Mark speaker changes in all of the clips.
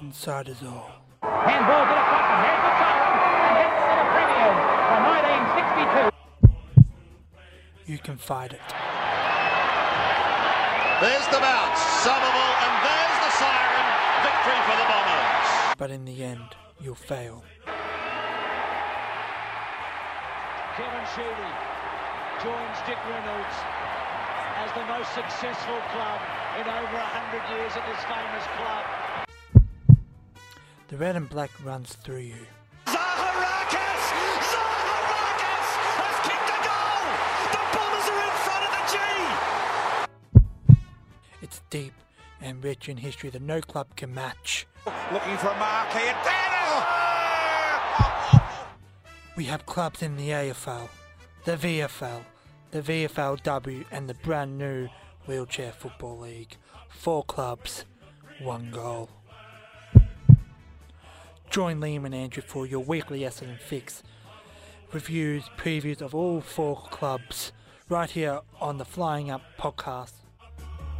Speaker 1: inside his own.
Speaker 2: Handball to the Clapham. Here's the siren. And hits in a premium from 1962.
Speaker 1: You can fight it.
Speaker 3: There's the bounce. Somerville, and there's the siren. Victory for the Bombers.
Speaker 1: But in the end, you'll fail.
Speaker 4: Kevin Sheedy joins Dick Reynolds as the most successful club in over 100 years at this famous club.
Speaker 1: The red and black runs through you.
Speaker 5: Zaharakis! Zaharakis has kicked a goal! The Bombers are in front of the G!
Speaker 1: It's deep and rich in history that no club can match.
Speaker 5: Looking for a mark here. Daniel!
Speaker 1: We have clubs in the AFL, the VFL, the VFLW, and the brand new Wheelchair Football League. Four clubs, one goal. Join Liam and Andrew for your weekly Essendon fix. Reviews, previews of all four clubs, right here on the Flying Up podcast.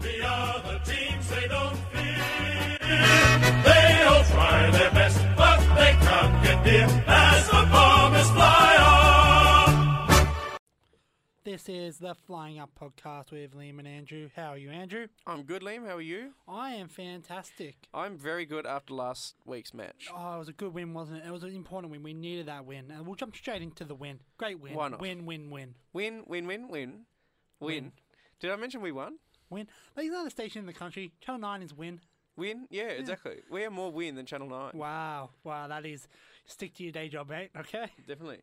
Speaker 6: The other teams, they don't fear. They all try their best, but they can't get near as the bombers fly on.
Speaker 1: This is the Flying Up podcast with Liam and Andrew. How are you, Andrew?
Speaker 7: I'm good, Liam. How are you?
Speaker 1: I am fantastic.
Speaker 7: I'm very good after last week's match.
Speaker 1: Oh, it was a good win, wasn't it? It was an important win. We needed that win, and we'll jump straight into the win. Great win.
Speaker 7: Why not?
Speaker 1: Win, win, win,
Speaker 7: Win, win, win, win, win. Did I mention we won?
Speaker 1: win. There's another station in the country. Channel Nine is win.
Speaker 7: Win? Yeah, exactly. We are more win than Channel 9.
Speaker 1: Wow, wow, that is stick to your day job, mate. Okay.
Speaker 7: Definitely.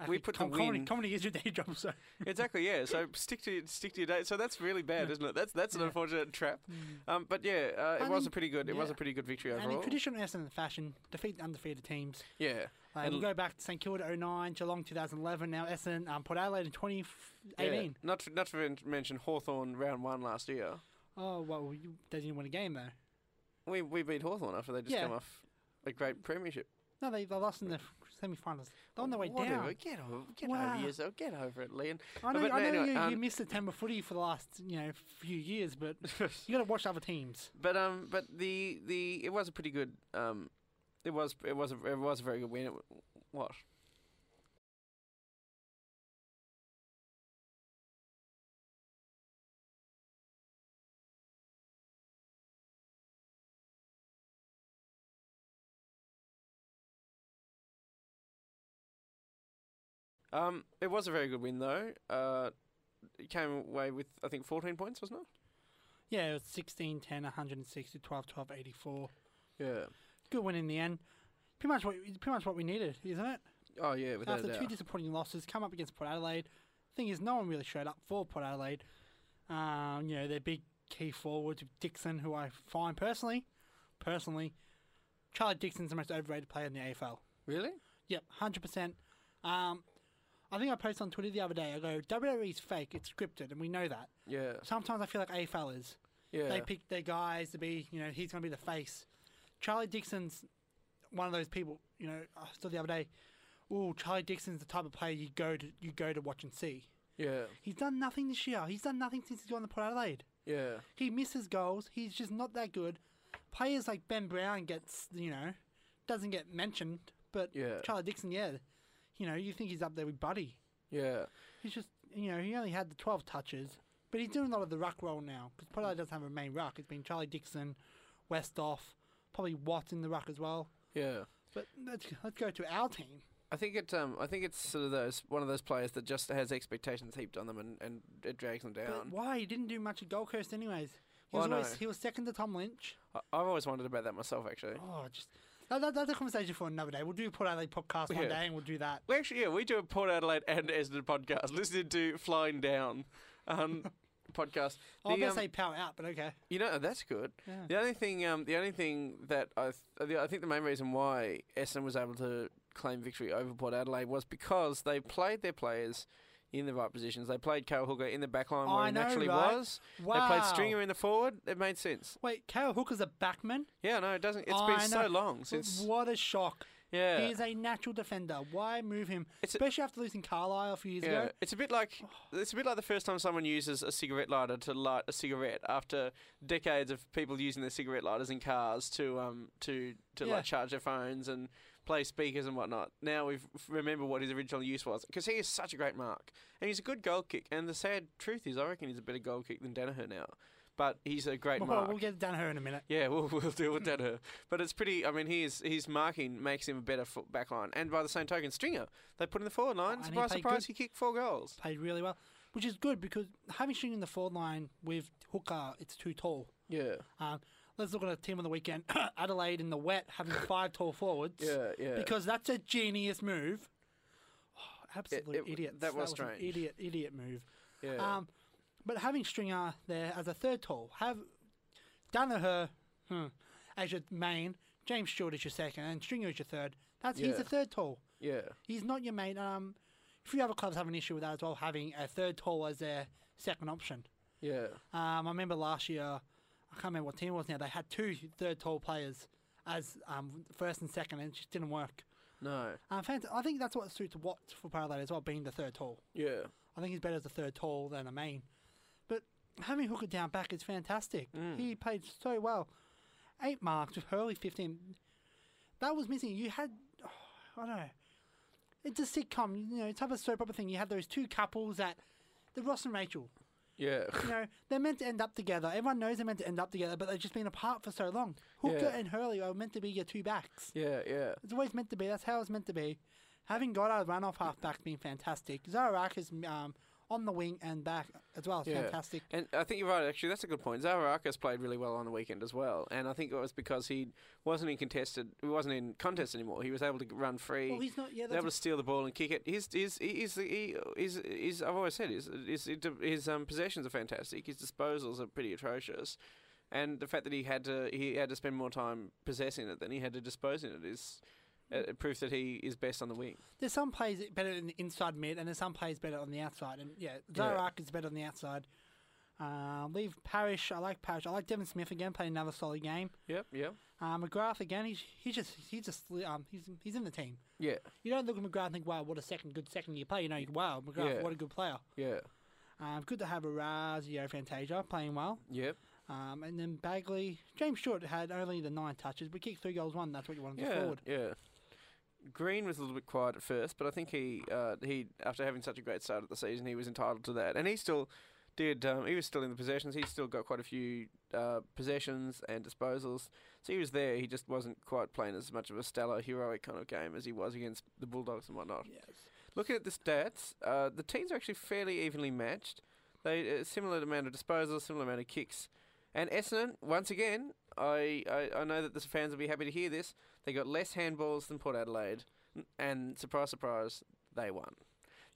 Speaker 1: I
Speaker 7: We
Speaker 1: think
Speaker 7: put the
Speaker 1: com- comedy,
Speaker 7: win-
Speaker 1: comedy is your day job, so
Speaker 7: Exactly, yeah. So stick to stick to your date. So that's really bad, isn't it? That's that's an unfortunate trap. Um, but yeah, uh, it
Speaker 1: I
Speaker 7: was a
Speaker 1: mean,
Speaker 7: pretty good. It was
Speaker 1: Mm. yeah.
Speaker 7: a pretty good victory
Speaker 1: and in
Speaker 7: overall.
Speaker 1: traditional Essendon fashion, defeat the undefeated teams.
Speaker 7: Yeah.
Speaker 1: Like,
Speaker 7: And
Speaker 1: we'll go back to St Kilda 09, Geelong 2011, now Essendon, um, Port Adelaide in 2018.
Speaker 7: yeah, not to, not to men- mention Hawthorn round one last year.
Speaker 1: Oh well, you, they didn't win a game though.
Speaker 7: We we beat Hawthorn after they just
Speaker 1: Yeah.
Speaker 7: come off a great premiership.
Speaker 1: No, they, they lost in the semi-finals. They're on their way
Speaker 7: Whatever.
Speaker 1: down.
Speaker 7: Get over, get
Speaker 1: Wow.
Speaker 7: over yourself. Get over it, Liam.
Speaker 1: I
Speaker 7: Uh,
Speaker 1: know,
Speaker 7: but
Speaker 1: I know
Speaker 7: anyway,
Speaker 1: you, you
Speaker 7: um,
Speaker 1: missed the Tampa footy for the last, you know, few years, but you got to watch other teams.
Speaker 7: But um, but the the it was a pretty good um, it was it was a, it was a very good win. It, w- what? Um, it was a very good win though. Uh, it came away with I think fourteen points, wasn't it?
Speaker 1: Yeah, it was 16, 10, 160, 12, 12, 84.
Speaker 7: Yeah.
Speaker 1: Good win in the end. Pretty much what pretty much what we needed, isn't it?
Speaker 7: Oh yeah, without
Speaker 1: After
Speaker 7: a doubt.
Speaker 1: two disappointing losses, come up against Port Adelaide. Thing is, no one really showed up for Port Adelaide. Um, you know, their big key forward Dixon, who I find personally, personally, Charlie Dixon's the most overrated player in the AFL.
Speaker 7: really?
Speaker 1: Yep, hundred percent. Um, I think I posted on Twitter the other day. I go WWE's fake. It's scripted, and we know that.
Speaker 7: Yeah.
Speaker 1: Sometimes I feel like AFL is.
Speaker 7: Yeah.
Speaker 1: They pick their guys to be. You know, he's going to be the face. Charlie Dixon's one of those people. You know, I saw the other day. Oh, Charlie Dixon's the type of player you go to. You go to watch and see.
Speaker 7: yeah.
Speaker 1: He's done nothing this year. He's done nothing since he's gone to Port Adelaide.
Speaker 7: Yeah.
Speaker 1: He misses goals. He's just not that good. Players like Ben Brown gets, you know, doesn't get mentioned, but
Speaker 7: Yeah.
Speaker 1: Charlie Dixon, yeah, you know, you think he's up there with Buddy.
Speaker 7: Yeah.
Speaker 1: He's just, you know, he only had the 12 touches, but he's doing a lot of the ruck role now because Pollard doesn't have a main ruck. It's been Charlie Dixon, Westhoff, probably Watt in the ruck as well.
Speaker 7: Yeah.
Speaker 1: But let's let's go to our team.
Speaker 7: I think it. Um. I think it's sort of those one of those players that just has expectations heaped on them and, and it drags them
Speaker 1: But
Speaker 7: down.
Speaker 1: why he didn't do much at Gold Coast, anyways? He
Speaker 7: Well,
Speaker 1: was
Speaker 7: I
Speaker 1: always
Speaker 7: know.
Speaker 1: he was second to Tom Lynch.
Speaker 7: I, I've always wondered about that myself, actually.
Speaker 1: Oh, just that, that, that's a conversation for another day. We'll do a Port Adelaide podcast one
Speaker 7: Yeah.
Speaker 1: day, and we'll do that.
Speaker 7: Well, actually, yeah, we do a Port Adelaide and Essendon podcast. Listening to Flying Down, um, podcast.
Speaker 1: Oh, I was
Speaker 7: The,
Speaker 1: gonna
Speaker 7: um,
Speaker 1: say power out, but okay.
Speaker 7: You know that's good.
Speaker 1: Yeah.
Speaker 7: The only thing, um, the only thing that I, th- the- I think the main reason why Essendon was able to claim victory over Port Adelaide was because they played their players in the right positions. They played Kale Hooker in the back line where
Speaker 1: I
Speaker 7: he
Speaker 1: know,
Speaker 7: naturally
Speaker 1: right?
Speaker 7: was. They played
Speaker 1: Wow.
Speaker 7: Stringer in the forward. It made sense.
Speaker 1: Wait, Kale Hooker's a backman.
Speaker 7: Yeah, no, it doesn't. It's
Speaker 1: It's
Speaker 7: been so long since.
Speaker 1: What a shock!
Speaker 7: Yeah.
Speaker 1: He is a natural defender. Why move him?
Speaker 7: It's a-
Speaker 1: Especially after losing Carlisle a few years
Speaker 7: Yeah,
Speaker 1: ago.
Speaker 7: it's a bit like it's a bit like the first time someone uses a cigarette lighter to light a cigarette after decades of people using their cigarette lighters in cars to um to to
Speaker 1: Yeah.
Speaker 7: like charge their phones and play speakers and whatnot. Now we've remember what his original use was because he is such a great mark and he's a good goal kick. And the sad truth is, I reckon he's a better goal kick than Danaher now, but he's a great
Speaker 1: Well,
Speaker 7: mark.
Speaker 1: we'll get down to her in a minute.
Speaker 7: Yeah, we'll we'll deal with that. uh, But it's pretty. I mean, his his marking makes him a better fo- back line. And by the same token, Stringer they put in the forward line.
Speaker 1: Oh, and he
Speaker 7: surprise,
Speaker 1: played good.
Speaker 7: surprise, he kicked four goals.
Speaker 1: Played really well, which is good because having String in the forward line with Hooker, it's too tall.
Speaker 7: Yeah,
Speaker 1: Um, let's look at a team on the weekend. Adelaide in the wet having five tall forwards.
Speaker 7: Yeah, yeah.
Speaker 1: Because that's a genius move. Oh, absolute
Speaker 7: it-
Speaker 1: idiots.
Speaker 7: that was
Speaker 1: an
Speaker 7: strange.
Speaker 1: idiot, idiot move.
Speaker 7: yeah.
Speaker 1: Um, but having Stringer there as a third tall, have Danaher hmm, as your main, James Stewart as your second, and Stringer as your third. That's he's
Speaker 7: Yeah.
Speaker 1: a third tall.
Speaker 7: yeah,
Speaker 1: He's not your main. Um, few other clubs have an issue with that as well, having a third tall as their second option.
Speaker 7: yeah,
Speaker 1: Um, I remember last year, I can't remember what team it was now. They had two third tall players as um, first and second, and it just didn't work.
Speaker 7: no,
Speaker 1: Um, fans, I think that's what suits Watts for Parallel as well, being the third tall.
Speaker 7: yeah,
Speaker 1: I think he's better as a third tall than a main. But having Hooker down back is fantastic. He played so well. Eight marks with Hurley 15. That was missing. You had, I don't know, it's a sitcom, you know, it's type of soap opera thing. You had those two couples that, the Ross and Rachel,
Speaker 7: yeah,
Speaker 1: you know, they're meant to end up together. Everyone knows they're meant to end up together, but they've just been apart for so long. Hooker
Speaker 7: Yeah.
Speaker 1: and Hurley are meant to be your two backs.
Speaker 7: yeah, yeah.
Speaker 1: It's always meant to be. That's how it's meant to be. Having Goddard run off half back's been fantastic. Zarakis um, on the wing and back as well. It's
Speaker 7: Yeah.
Speaker 1: fantastic.
Speaker 7: And I think you're right, actually. That's a good point. Zaharakis played really well on the weekend as well. And I think it was because he wasn't in contested, he wasn't in contest anymore. He was able to g- run free.
Speaker 1: Well, he's not- yeah,
Speaker 7: was
Speaker 1: that's
Speaker 7: able
Speaker 1: a-
Speaker 7: to steal the ball and kick it. His, his, his, his, his, his I've always said, his, his, his um, possessions are fantastic. His disposals are pretty atrocious. And the fact that he had to he had to spend more time possessing it than he had to disposing it is uh, proof that he is best on the wing.
Speaker 1: There's some plays better in the inside mid, and there's some plays better on the outside. And yeah, Zarakis is better on the outside. Uh, leave Parish. I like Parish. I like Devin Smith again. Played another solid game.
Speaker 7: Yep, yep.
Speaker 1: Uh, McGrath again. He's he just he just um he's he's in the team.
Speaker 7: Yeah,
Speaker 1: You don't look at McGrath and think, wow, what a second good second year player. You know, you- wow, McGrath,
Speaker 7: Yeah.
Speaker 1: what a good player.
Speaker 7: yeah,
Speaker 1: Um, good to have a Razio Fantasia playing well.
Speaker 7: yep.
Speaker 1: Um, and then Bagley, James Short had only the nine touches, but kicked three goals one. That's what you want to
Speaker 7: yeah,
Speaker 1: forward.
Speaker 7: Yeah. Green was a little bit quiet at first, but I think he uh, he after having such a great start at the season, he was entitled to that, and he still did. Um, he was still in the possessions. He still got quite a few uh, possessions and disposals, so he was there. He just wasn't quite playing as much of a stellar heroic kind of game as he was against the Bulldogs and whatnot. Looking at the stats, uh, the teams are actually fairly evenly matched. They uh, similar amount of disposals, similar amount of kicks, and Essendon once again. I, I, I know that the fans will be happy to hear this. They got less handballs than Port Adelaide, n- and surprise, surprise, they won.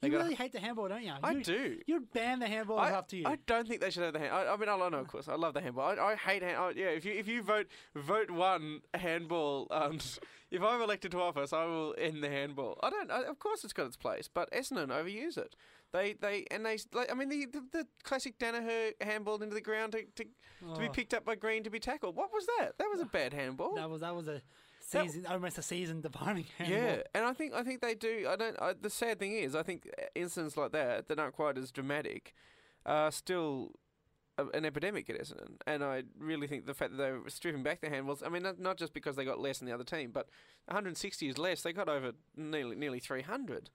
Speaker 7: They
Speaker 1: You
Speaker 7: got a-
Speaker 1: really hate the handball, don't you?
Speaker 7: I
Speaker 1: you,
Speaker 7: do.
Speaker 1: You'd ban the handball
Speaker 7: I,
Speaker 1: after you.
Speaker 7: I don't think they should have the hand. I, I mean, I know, of course, I love the handball. I, I hate hand. I, yeah, if you if you vote vote one handball, um, if I'm elected to office, I will end the handball. I don't. I, of course, it's got its place, but Essendon overuse it. They they and they. s- Like, I mean, the, the the classic Danaher handball into the ground to to, to be
Speaker 1: Oh.
Speaker 7: picked up by Green to be tackled. What was that? That was a bad handball.
Speaker 1: that was that was a season, almost a season defining handball.
Speaker 7: Yeah, and I think I think they do. I don't. I, the sad thing is, I think incidents like that that aren't quite as dramatic are still a, an epidemic at Essendon. And I really think the fact that they were stripping back the handballs. I mean, not, not just because they got less than the other team, but 160 is less. They got over nearly nearly 300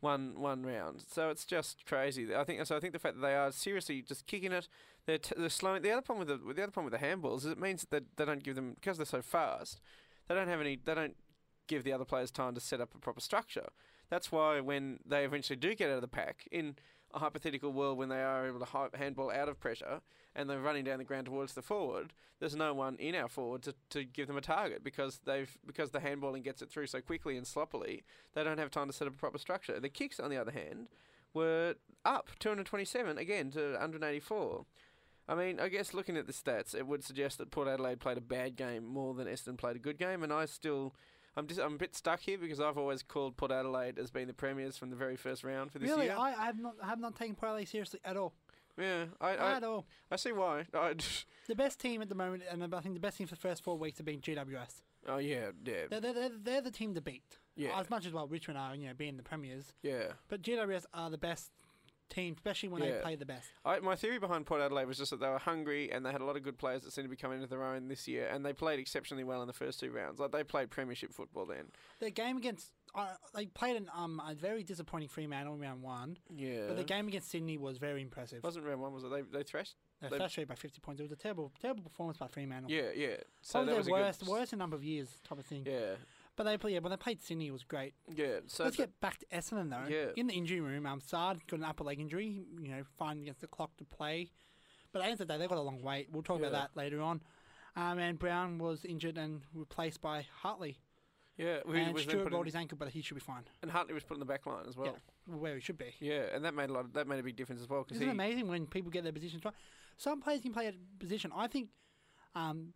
Speaker 7: one one round. So it's just crazy. I think so. I think the fact that they are seriously just kicking it, they're, t- they're slowing. The other problem with the, with the other problem with the handballs is it means that they don't give them because they're so fast. They don't have any. They don't give the other players time to set up a proper structure. That's why when they eventually do get out of the pack in a hypothetical world when they are able to hi- handball out of pressure and they're running down the ground towards the forward, there's no one in our forward to, to give them a target because they've because the handballing gets it through so quickly and sloppily, they don't have time to set up a proper structure. The kicks, on the other hand, were up 227 again to 184. I mean, I guess looking at the stats, it would suggest that Port Adelaide played a bad game more than Essendon played a good game, and I still, I'm just, I'm a bit stuck here because I've always called Port Adelaide as being the premiers from the very first round for this
Speaker 1: Really,
Speaker 7: year.
Speaker 1: I, I have not I have not taken parlay seriously at all.
Speaker 7: Yeah, I
Speaker 1: Not
Speaker 7: I,
Speaker 1: at all.
Speaker 7: I see why. I
Speaker 1: The best team at the moment, and I think the best team for the first four weeks have been GWS.
Speaker 7: oh yeah, yeah,
Speaker 1: They're, they're, they're, they're the team to beat.
Speaker 7: Yeah.
Speaker 1: As much as well, Richmond are, you know, being the premiers,
Speaker 7: yeah.
Speaker 1: but GWS are the best team, especially when
Speaker 7: Yeah.
Speaker 1: they play the best.
Speaker 7: I, my theory behind Port Adelaide was just that they were hungry and they had a lot of good players that seemed to be coming into their own this year, and they played exceptionally well in the first two rounds. Like they played premiership football then.
Speaker 1: Their game against, uh, they played an um a very disappointing Fremantle in round one,
Speaker 7: Yeah,
Speaker 1: but the game against Sydney was very impressive.
Speaker 7: wasn't round one, was it? They they thrashed.
Speaker 1: They
Speaker 7: they-
Speaker 1: frustrated by 50 points. It was a terrible, terrible performance by Fremantle.
Speaker 7: Yeah, yeah. So
Speaker 1: Probably
Speaker 7: that was a
Speaker 1: their worst,
Speaker 7: good,
Speaker 1: worst in a number of years type of thing.
Speaker 7: Yeah,
Speaker 1: But they play, yeah, when they played Sydney, it was great.
Speaker 7: yeah. So
Speaker 1: Let's
Speaker 7: th-
Speaker 1: get back to Essendon though.
Speaker 7: Yeah.
Speaker 1: In the injury room, um, Sard got an upper leg injury. You know, fine against the clock to play, but at the end of the day, they got a long wait. We'll talk
Speaker 7: Yeah.
Speaker 1: about that later on. Um, and Brown was injured and replaced by Hartley.
Speaker 7: yeah. Who
Speaker 1: and
Speaker 7: was then
Speaker 1: Stewart
Speaker 7: put
Speaker 1: rolled
Speaker 7: in,
Speaker 1: his ankle, but he should be fine.
Speaker 7: and Hartley was put in the back line as well.
Speaker 1: Yeah, where he should be.
Speaker 7: Yeah, and that made a lot. Of, that made a big difference as well because
Speaker 1: Isn't
Speaker 7: he.
Speaker 1: it amazing when people get their positions right? Some players can play at position. I think um,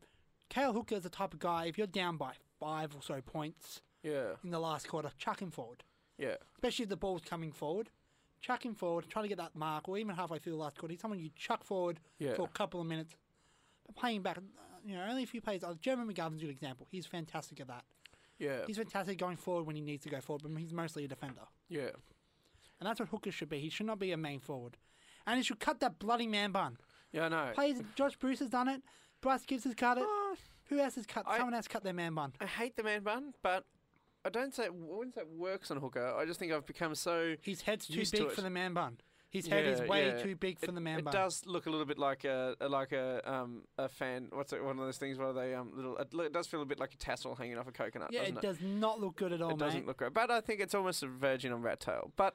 Speaker 1: Kale Hooker is the type of guy, if you're down by five or so points
Speaker 7: Yeah,
Speaker 1: in the last quarter, chuck him forward.
Speaker 7: yeah,
Speaker 1: Especially if the ball's coming forward. Chuck him forward, try to get that mark, or even halfway through the last quarter. He's someone you chuck forward
Speaker 7: Yeah.
Speaker 1: for a couple of minutes. But playing back, uh, you know, only a few players. Uh, Jeremy McGovern's a good example. He's fantastic at that.
Speaker 7: yeah,
Speaker 1: He's fantastic going forward when he needs to go forward, but he's mostly a defender.
Speaker 7: yeah.
Speaker 1: And that's what Hooker should be. He should not be a main forward. And he should cut that bloody man bun.
Speaker 7: Yeah, I know.
Speaker 1: Players, Josh Bruce has done it. Bryce Gibbs has cut it.
Speaker 7: Oh,
Speaker 1: Who else has cut?
Speaker 7: I-
Speaker 1: Someone else cut their man bun.
Speaker 7: I hate the man bun, but I don't say I wouldn't say it works on Hooker. I just think I've become so
Speaker 1: His head's too
Speaker 7: Used to
Speaker 1: big
Speaker 7: it.
Speaker 1: for the man bun. His head is
Speaker 7: Yeah,
Speaker 1: way
Speaker 7: yeah.
Speaker 1: too big for
Speaker 7: It-
Speaker 1: the man
Speaker 7: It
Speaker 1: bun.
Speaker 7: does look a little bit like a a- like a um a fan. What's it, one of those things where they um little? It, lo- it does feel a bit like a tassel hanging off a coconut.
Speaker 1: Yeah,
Speaker 7: doesn't
Speaker 1: it does not look good at all,
Speaker 7: It doesn't
Speaker 1: mate.
Speaker 7: look great, but I think it's almost a virgin on rat tail. But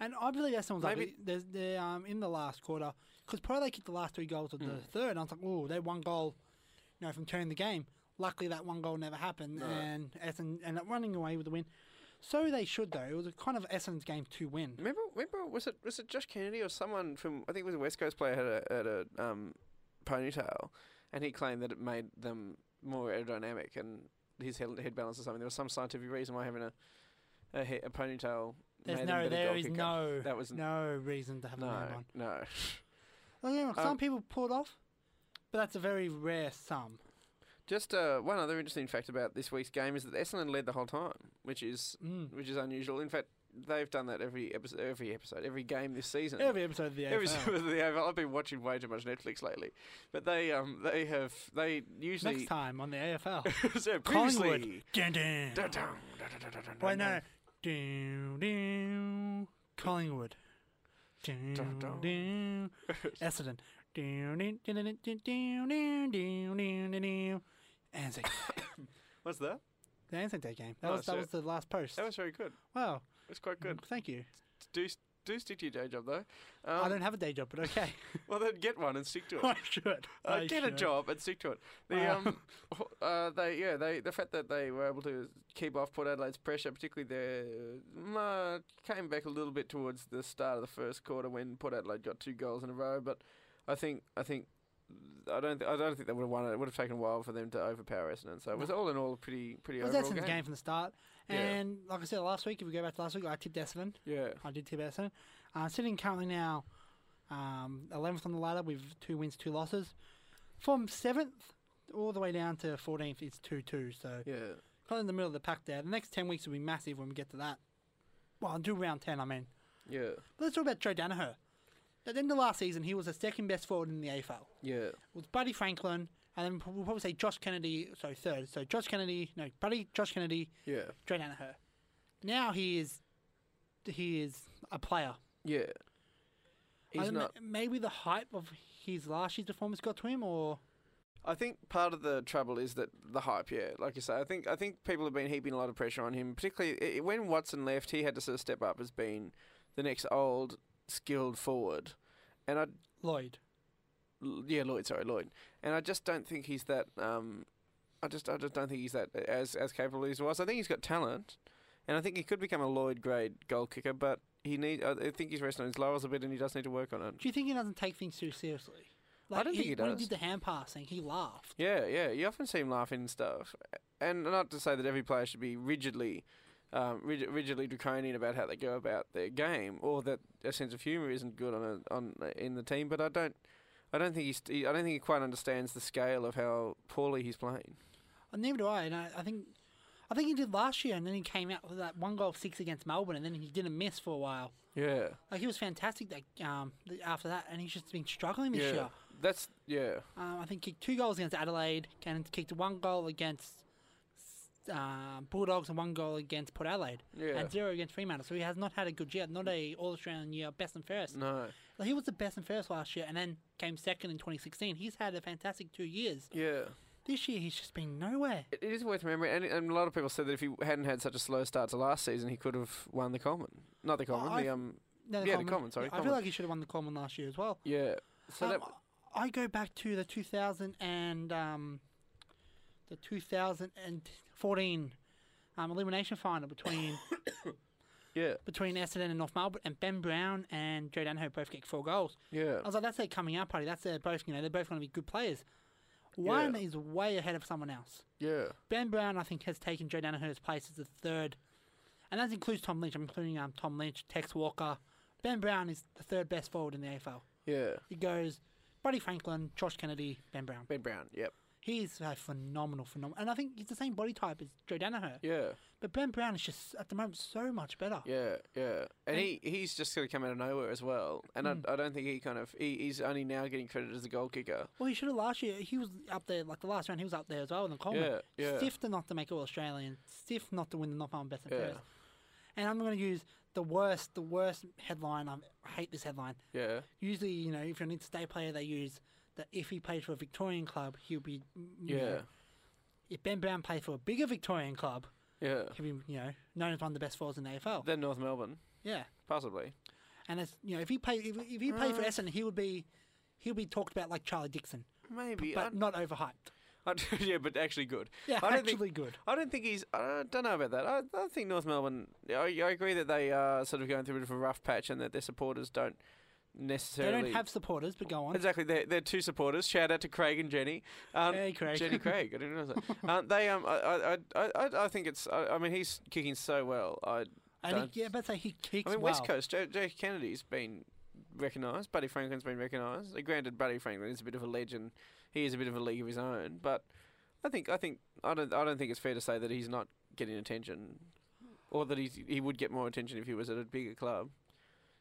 Speaker 1: and I believe that's someone's like
Speaker 7: Maybe-
Speaker 1: there's they um in the last quarter because probably they kicked the last three goals of
Speaker 7: Hmm.
Speaker 1: the third. And I was like, oh, they're one goal, you know, from turning the game. Luckily, that one goal never happened, and Essendon ended up running away with the win. So they should though. It was a kind of Essendon's game to win.
Speaker 7: remember, remember, was it was it Josh Kennedy or someone from? I think it was a West Coast player had a had a um ponytail, and he claimed that it made them more aerodynamic and his head, head balance or something. There was some scientific reason why having a a, he- a ponytail.
Speaker 1: There's
Speaker 7: made them
Speaker 1: no,
Speaker 7: better
Speaker 1: there
Speaker 7: goal
Speaker 1: is
Speaker 7: kicker.
Speaker 1: no,
Speaker 7: That was
Speaker 1: no reason to have the
Speaker 7: no,
Speaker 1: man bun.
Speaker 7: no.
Speaker 1: Well, yeah, look,
Speaker 7: Um,
Speaker 1: some people pull it off, but that's a very rare sum.
Speaker 7: Just uh, one other interesting fact about this week's game is that Essendon led the whole time, which is
Speaker 1: Mm.
Speaker 7: which is unusual. In fact, they've done that every episode, every episode, every game this season.
Speaker 1: Every episode of the
Speaker 7: Every
Speaker 1: AFL.
Speaker 7: episode of the AFL. I've been watching way too much Netflix lately, but they um they have they usually
Speaker 1: Next time on the AFL.
Speaker 7: so
Speaker 1: Collingwood.
Speaker 7: previously.
Speaker 1: Dun, dun.
Speaker 7: Dun, dun, dun, dun, dun, dun,
Speaker 1: Wait,
Speaker 7: dun,
Speaker 1: no.
Speaker 7: dun.
Speaker 1: Dun, dun. Collingwood. Dun,
Speaker 7: Dun, dun.
Speaker 1: dun. Essendon. Dun, dun, dun, dun, dun, dun, dun, dun, dun, dun, dun. Anzac.
Speaker 7: What's that?
Speaker 1: the Anzac Day game. That,
Speaker 7: Oh,
Speaker 1: was, that
Speaker 7: so-
Speaker 1: was the last post.
Speaker 7: That was very good.
Speaker 1: wow.
Speaker 7: It was quite good.
Speaker 1: Thank you.
Speaker 7: Do do stick to your day job though.
Speaker 1: Mm. I
Speaker 7: Um,
Speaker 1: don't have a day job, but okay.
Speaker 7: well, then get one and stick to it.
Speaker 1: I should.
Speaker 7: uh,
Speaker 1: I
Speaker 7: get a
Speaker 1: should.
Speaker 7: job and stick to it. The
Speaker 1: Wow.
Speaker 7: um, wh- uh, they yeah, they the fact that they were able to keep off Port Adelaide's pressure, particularly their uh, came back a little bit towards the start of the first quarter when Port Adelaide got two goals in a row. But I think I think I don't th- I don't think they would have won it. It would have taken a while for them to overpower Essendon. So it was all in all a pretty pretty
Speaker 1: It was
Speaker 7: overall
Speaker 1: Essendon's
Speaker 7: game.
Speaker 1: game. from the start.
Speaker 7: Yeah.
Speaker 1: And like I said last week, if we go back to last week, I tipped Essendon.
Speaker 7: Yeah,
Speaker 1: I did tip Essendon. Uh, sitting currently now um, 11th on the ladder with two wins, two losses. From 7th all the way down to 14th, it's 2 2. So
Speaker 7: yeah,
Speaker 1: kind of in the middle of the pack there. The next 10 weeks will be massive when we get to that. Well, until round 10, I mean.
Speaker 7: yeah,
Speaker 1: But let's talk about Joe Danaher. At the end of last season, he was the second best forward in the AFL
Speaker 7: yeah,
Speaker 1: was Buddy Franklin, and then we'll probably say Josh Kennedy. So third, so Josh Kennedy, no Buddy, Josh Kennedy,
Speaker 7: yeah,
Speaker 1: Joe Danaher. Now he is, he is a player.
Speaker 7: yeah.
Speaker 1: I
Speaker 7: He's
Speaker 1: don't
Speaker 7: not.
Speaker 1: know, maybe the hype of his last year's performance got to him, or
Speaker 7: I think part of the trouble is that the hype, yeah, like you say. I think I think people have been heaping a lot of pressure on him, particularly i- i- when Watson left. He had to sort of step up as being the next old skilled forward, and I
Speaker 1: Lloyd.
Speaker 7: L- yeah Lloyd, sorry Lloyd, and I just don't think he's that. Um, I just I just don't think he's that as as capable as he was. I think he's got talent, and I think he could become a Lloyd grade goal kicker, but he need I I think he's resting on his laurels a bit, and he does need to work on it.
Speaker 1: Do you think he doesn't take things too seriously?
Speaker 7: I don't think he
Speaker 1: When he
Speaker 7: does.
Speaker 1: did the hand passing, he laughed.
Speaker 7: Yeah, yeah. You often see him laughing and stuff. And not to say that every player should be rigidly um, rig- rigidly draconian about how they go about their game, or that their sense of humour isn't good on a, on in the team. But I don't, I don't think he's, he, I don't think he quite understands the scale of how poorly he's playing.
Speaker 1: And neither do I. And I, I think, I think he did last year, and then he came out with that one goal of six against Melbourne, and then he didn't miss for a while.
Speaker 7: Yeah,
Speaker 1: Like he was fantastic that um th- after that, and he's just been struggling this
Speaker 7: yeah,
Speaker 1: year.
Speaker 7: that's yeah,
Speaker 1: Um, I think kicked two goals against Adelaide, and kicked one goal against uh, Bulldogs, and one goal against Port Adelaide,
Speaker 7: Yeah.
Speaker 1: and zero against Fremantle. So he has not had a good year, not a All Australian year, best and fairest.
Speaker 7: no,
Speaker 1: Like, he was the best and fairest last year, and then came second in 2016. He's had a fantastic two years.
Speaker 7: yeah.
Speaker 1: This year, he's just been nowhere.
Speaker 7: It, it is worth remembering, and, and a lot of people said that if he hadn't had such a slow start to last season, he could have won the Common, not the Common,
Speaker 1: I-
Speaker 7: the um,
Speaker 1: No,
Speaker 7: yeah, the Common. Sorry,
Speaker 1: I feel like he should have won the Coleman last year as well.
Speaker 7: yeah. So
Speaker 1: Um,
Speaker 7: that
Speaker 1: I go back to the 2000 and um, the 2014 um, elimination final between
Speaker 7: yeah,
Speaker 1: between Essendon and North Melbourne, and Ben Brown and Joe Danho both kicked four goals.
Speaker 7: yeah.
Speaker 1: I was like, that's their coming out party. That's their both you know they're both going to be good players. One
Speaker 7: Yeah.
Speaker 1: is way ahead of someone else.
Speaker 7: Yeah.
Speaker 1: Ben Brown, I think, has taken Joe Danaher's place as the third, and that includes Tom Lynch. I'm including um, Tom Lynch, Tex Walker. Ben Brown is the third best forward in the AFL.
Speaker 7: Yeah.
Speaker 1: It goes Buddy Franklin, Josh Kennedy, Ben Brown.
Speaker 7: Ben Brown. Yep.
Speaker 1: He's a phenomenal, phenomenal, and I think he's the same body type as Joe Danaher.
Speaker 7: Yeah.
Speaker 1: But Ben Brown is just at the moment so much better.
Speaker 7: Yeah. Yeah. And he, he's just going to come out of nowhere as well. And
Speaker 1: Hmm.
Speaker 7: I, I don't think he kind of he, he's only now getting credited as the goal kicker.
Speaker 1: Well, he should have last year. He was up there like the last round. He was up there as well in the Coleman.
Speaker 7: Yeah, yeah.
Speaker 1: Stiff to not to make All Australian. Stiff not to win the North Melbourne Best and
Speaker 7: Yeah.
Speaker 1: Fairest. And I'm going to use the worst, the worst headline. I'm, I hate this headline.
Speaker 7: Yeah.
Speaker 1: Usually, you know, if you're an interstate player, they use that if he plays for a Victorian club, he'll be. you
Speaker 7: Yeah.
Speaker 1: know, if Ben Brown played for a bigger Victorian club,
Speaker 7: Yeah.
Speaker 1: he'll be you know known as one of the best forwards in the AFL.
Speaker 7: Then North Melbourne,
Speaker 1: yeah.
Speaker 7: possibly.
Speaker 1: And it's you know if he played if, if he played for
Speaker 7: Uh.
Speaker 1: Essendon, he would be he'll be talked about like Charlie Dixon,
Speaker 7: Maybe.
Speaker 1: but
Speaker 7: I-
Speaker 1: not overhyped.
Speaker 7: I, yeah, but actually good.
Speaker 1: Yeah,
Speaker 7: I don't
Speaker 1: actually
Speaker 7: think,
Speaker 1: good.
Speaker 7: I don't think he's. I don't know about that. I, I think North Melbourne. I, I agree that they are sort of going through a bit of a rough patch and that their supporters don't
Speaker 1: They
Speaker 7: necessarily.
Speaker 1: don't have supporters, but go on.
Speaker 7: Exactly, they're, they're two supporters. Shout out to Craig and Jenny. Um,
Speaker 1: Hey, Craig.
Speaker 7: Jenny Craig. I didn't realize that. Um, they, um, I, I, I, I, I think it's. I, I mean, he's kicking so well. I,
Speaker 1: I
Speaker 7: don't-
Speaker 1: think yeah, but say he kicks
Speaker 7: I mean,
Speaker 1: well.
Speaker 7: West Coast. Joe, Joe Kennedy's been recognised. Buddy Franklin's been recognised. Uh, Granted, Buddy Franklin is a bit of a legend. He is a bit of a league of his own. But I think, I think, I don't, I don't think it's fair to say that he's not getting attention, or that he's, he would get more attention if he was at a bigger club.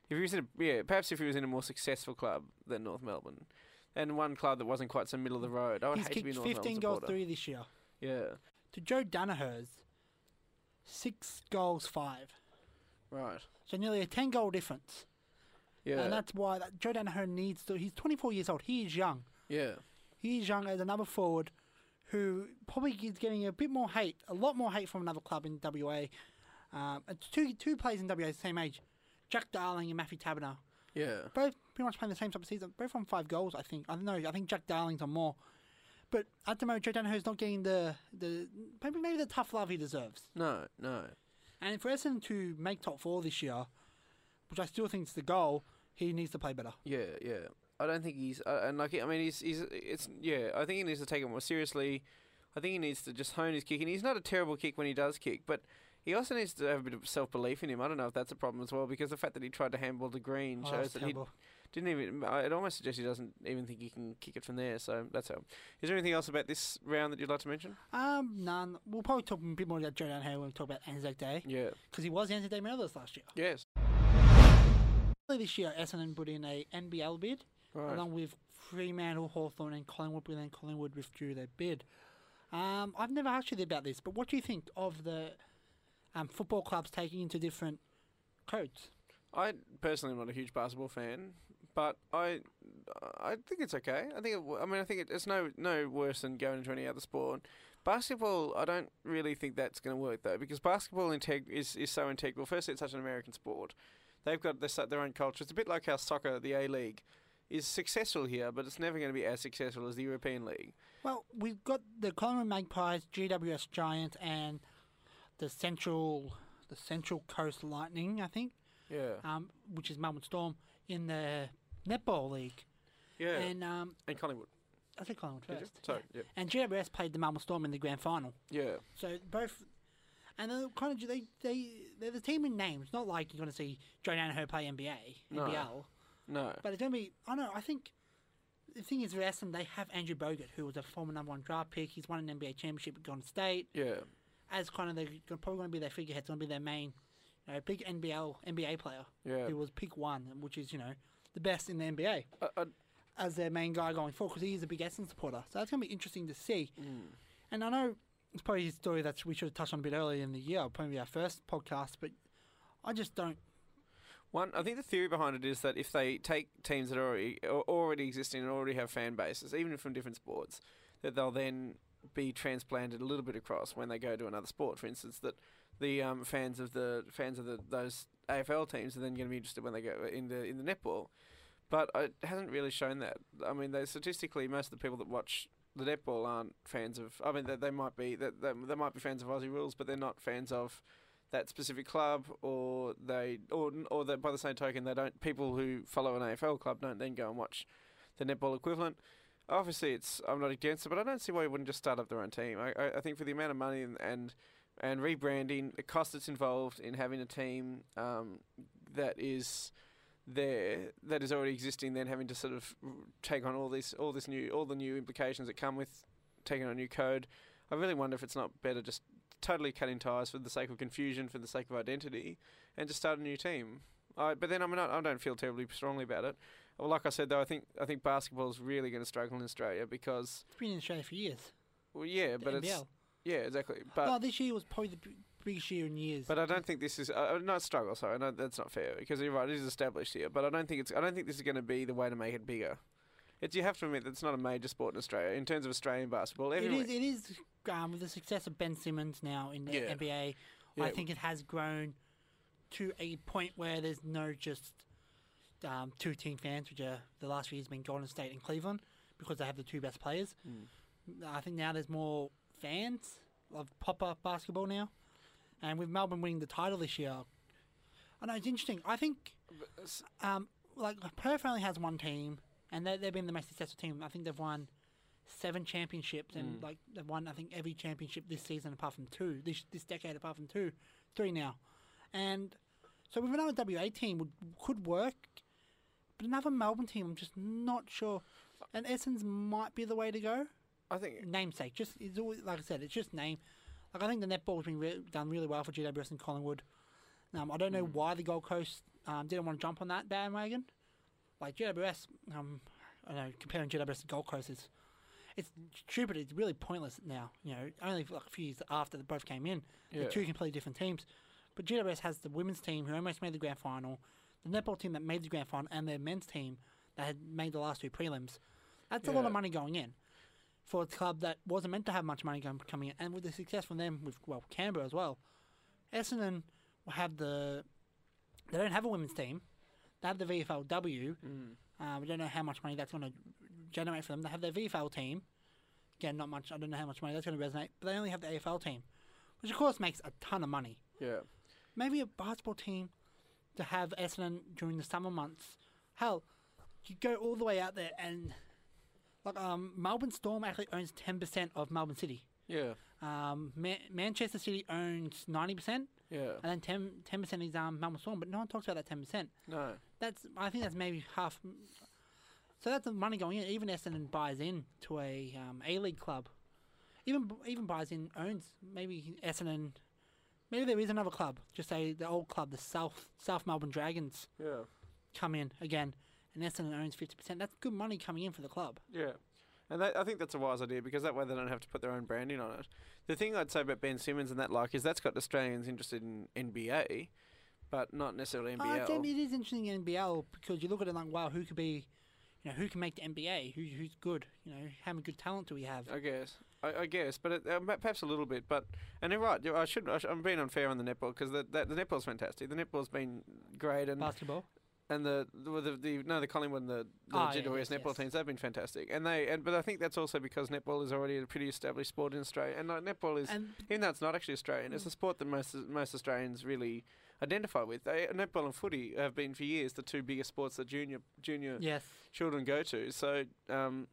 Speaker 7: If he was in a, yeah, perhaps if he was in a more successful club than North Melbourne, and one club that wasn't quite so middle of the road. I would
Speaker 1: He's
Speaker 7: hate to be a
Speaker 1: kicked
Speaker 7: North
Speaker 1: 15
Speaker 7: Melbourne
Speaker 1: goals
Speaker 7: supporter.
Speaker 1: three this year.
Speaker 7: Yeah,
Speaker 1: To Joe Danaher's, six goals five,
Speaker 7: right.
Speaker 1: so nearly a 10 goal difference.
Speaker 7: Yeah,
Speaker 1: And that's why that Joe Danaher needs to. He's 24 years old. He is young.
Speaker 7: yeah,
Speaker 1: He is young as another forward, who probably is getting a bit more hate, a lot more hate from another club in WA. Um, it's two two players in WA the same age, Jack Darling and Matthew Tabner.
Speaker 7: yeah,
Speaker 1: both pretty much playing the same type of season. Both on five goals, I think. I don't know. I think Jack Darling's on more. But at the moment, Joe Danaher's not getting the the maybe maybe the tough love he deserves.
Speaker 7: no, no,
Speaker 1: And for Essendon to make top four this year, which I still think is the goal, he needs to play better.
Speaker 7: Yeah, yeah. I don't think he's uh, and like I mean he's he's it's yeah. I think he needs to take it more seriously. I think he needs to just hone his kicking. He's not a terrible kick when he does kick, but he also needs to have a bit of self belief in him. I don't know if that's a problem as well because the fact that he tried to handball to Green
Speaker 1: Oh, that was
Speaker 7: shows that he
Speaker 1: terrible.
Speaker 7: didn't even. I- It almost suggests he doesn't even think he can kick it from there. So that's how. Is there anything else about this round that you'd like to mention?
Speaker 1: Um, none. We'll probably talk a bit more about Joe Danaher when we talk about Anzac Day
Speaker 7: Yeah.
Speaker 1: because he was Anzac Day medalist last year.
Speaker 7: Yes.
Speaker 1: Earlier This year, Essendon put in a NBL bid,
Speaker 7: Right.
Speaker 1: along with Fremantle, Hawthorn, and Collingwood, but then Collingwood withdrew their bid. Um, I've never asked you about this, but what do you think of the um, football clubs taking into different codes?
Speaker 7: I personally am not a huge basketball fan, but I I think it's okay. I think it, w- I mean I think it, it's no no worse than going into any other sport. Basketball, I don't really think that's going to work though, because basketball integ- is is so integral. Firstly, it's such an American sport. They've got their, s- their own culture. It's a bit like how soccer, the A League, is successful here, but it's never going to be as successful as the European League.
Speaker 1: Well, we've got the Collingwood Magpies, GWS Giants, and the Central the Central Coast Lightning, I think,
Speaker 7: Yeah,
Speaker 1: um, which is Melbourne Storm in the netball league,
Speaker 7: yeah, and,
Speaker 1: and um,
Speaker 7: Collingwood.
Speaker 1: I said Collingwood
Speaker 7: Did you?
Speaker 1: first.
Speaker 7: Sorry, yeah.
Speaker 1: And GWS played the Melbourne Storm in the grand final.
Speaker 7: Yeah,
Speaker 1: So both, And they kind of they they they're the team in name. It's not like you're going to see Joe Danaher play NBA,
Speaker 7: No.
Speaker 1: NBL.
Speaker 7: No.
Speaker 1: But it's going to be. I don't know. I think the thing is with Essendon, they have Andrew Bogut, who was a former number one draft pick. He's won an NBA championship at Golden State.
Speaker 7: Yeah.
Speaker 1: As kind of they're gonna- probably going to be their figurehead. It's going to be their main, you know, big NBL NBA player.
Speaker 7: Yeah.
Speaker 1: Who was pick one, which is you know the best in the NBA
Speaker 7: I, I,
Speaker 1: as their main guy going forward because he is a big Essendon supporter. So that's going to be interesting to see.
Speaker 7: Mm.
Speaker 1: And I know it's probably a story that we should have touched on a bit earlier in the year, probably our first podcast, but I just don't.
Speaker 7: One, I think the theory behind it is that if they take teams that already al- already existing and already have fan bases, even from different sports, that they'll then be transplanted a little bit across when they go to another sport. For instance, that the um, fans of the fans of the, those AFL teams are then going to be interested when they go in the in the netball. But it hasn't really shown that. I mean, they statistically most of the people that watch the netball aren't fans of. I mean, they, they might be that they, they might be fans of Aussie rules, but they're not fans of that specific club, or they, or or that by the same token, they don't. People who follow an AFL club don't then go and watch the netball equivalent. Obviously, it's I'm not against it, but I don't see why you wouldn't just start up their own team. I, I, I think for the amount of money and, and and rebranding, the cost that's involved in having a team um, that is there that is already existing, then having to sort of r- take on all this all this new all the new implications that come with taking on new code. I really wonder if it's not better just totally cutting ties for the sake of confusion, for the sake of identity, and just start a new team. I, but then I mean, I, I don't feel terribly strongly about it. Well, like I said though, I think I think basketball's really going to struggle in Australia because
Speaker 1: It's been in Australia for years.
Speaker 7: well, yeah,
Speaker 1: the
Speaker 7: but
Speaker 1: NBL.
Speaker 7: it's yeah, exactly. But
Speaker 1: no, this year was probably the b- biggest year in years.
Speaker 7: but I don't think this is uh, uh, not struggle. Sorry, no, that's not fair because you're right. It is established here, but I don't think it's. I don't think this is going to be the way to make it bigger. It's, you have to admit that it's not a major sport in Australia in terms of Australian basketball.
Speaker 1: it
Speaker 7: everyone-
Speaker 1: is. It is um, with the success of Ben Simmons now in the
Speaker 7: Yeah.
Speaker 1: NBA.
Speaker 7: Yeah.
Speaker 1: I think it has grown to a point where there's no just um, two team fans, which are the last few years been Golden State and Cleveland because they have the two best players.
Speaker 7: Mm.
Speaker 1: I think now there's more fans of pop up basketball now, and with Melbourne winning the title this year, I know it's interesting. I think
Speaker 7: uh,
Speaker 1: um, like Perth only has one team, and they, they've been the most successful team. I think they've won seven championships, and like they've won I think every championship this season apart from two this this decade apart from two, three now, and so with another WA team would could work, but another Melbourne team I'm just not sure, and Essence might be the way to go
Speaker 7: I think
Speaker 1: namesake. Just it's always like I said, it's just name. Like I think the netball's been re- done really well for GWS and Collingwood. Um, I don't know why the Gold Coast um, didn't want to jump on that bandwagon. Like GWS, um, I don't know comparing GWS to Gold Coast is it's stupid. It's really pointless now. You know, only like a few years after they both came in,
Speaker 7: Yeah.
Speaker 1: they're two completely different teams. But GWS has the women's team who almost made the grand final, the netball team that made the grand final, and their men's team that had made the last two prelims. That's a lot
Speaker 7: Yeah.
Speaker 1: of money going in for a club that wasn't meant to have much money com- coming in, and with the success from them, with well Canberra as well, Essendon will have the they don't have a women's team, they have the VFLW. Uh, we don't know how much money that's going to generate for them. They have their VFL team. Again, not much. I don't know how much money that's going to resonate, but they only have the AFL team, which of course makes a ton of money.
Speaker 7: yeah.
Speaker 1: Maybe a basketball team to have Essendon during the summer months. Hell, you go all the way out there and like um, Melbourne Storm actually owns ten percent of Melbourne City.
Speaker 7: Yeah.
Speaker 1: Um, Ma- Manchester City owns ninety percent,
Speaker 7: Yeah.
Speaker 1: and then 10 percent is um, Melbourne Storm. But no one talks about that ten percent.
Speaker 7: No.
Speaker 1: That's I think that's maybe half. So that's the money going in. Even Essendon buys in to a um, A League club. Even even buys in owns maybe Essendon. Maybe there is another club. Just say the old club, the South South Melbourne Dragons,
Speaker 7: Yeah.
Speaker 1: come in again, and Essendon owns fifty percent. That's good money coming in for the club.
Speaker 7: Yeah. And that, I think that's a wise idea because that way they don't have to put their own branding on it. The thing I'd say about Ben Simmons and that like is that's got Australians interested in NBA, but not necessarily
Speaker 1: Oh,
Speaker 7: NBL.
Speaker 1: it's- it is interesting in NBL because you look at it like, wow, who could be, you know, who can make the NBA? Who, who's good? You know, how many good talent do we have?
Speaker 7: I guess. I, I guess, but it, uh, ma- perhaps a little bit. But and you're right. you're- I should. I sh- I'm being unfair on the netball because the, that the netball's fantastic. The netball's been great, and
Speaker 1: Basketball.
Speaker 7: and the the, the, the no the Collingwood and the, the
Speaker 1: Ah, yeah,
Speaker 7: GWS
Speaker 1: yes,
Speaker 7: netball
Speaker 1: yes.
Speaker 7: teams they've been fantastic. And they and but I think that's also because netball is already a pretty established sport in Australia. And like netball is
Speaker 1: And- Mm.
Speaker 7: even though it's not actually Australian, it's a sport that most most Australians really identify with. They, netball and footy have been for years the two biggest sports that junior junior
Speaker 1: Yes.
Speaker 7: children go to. So um,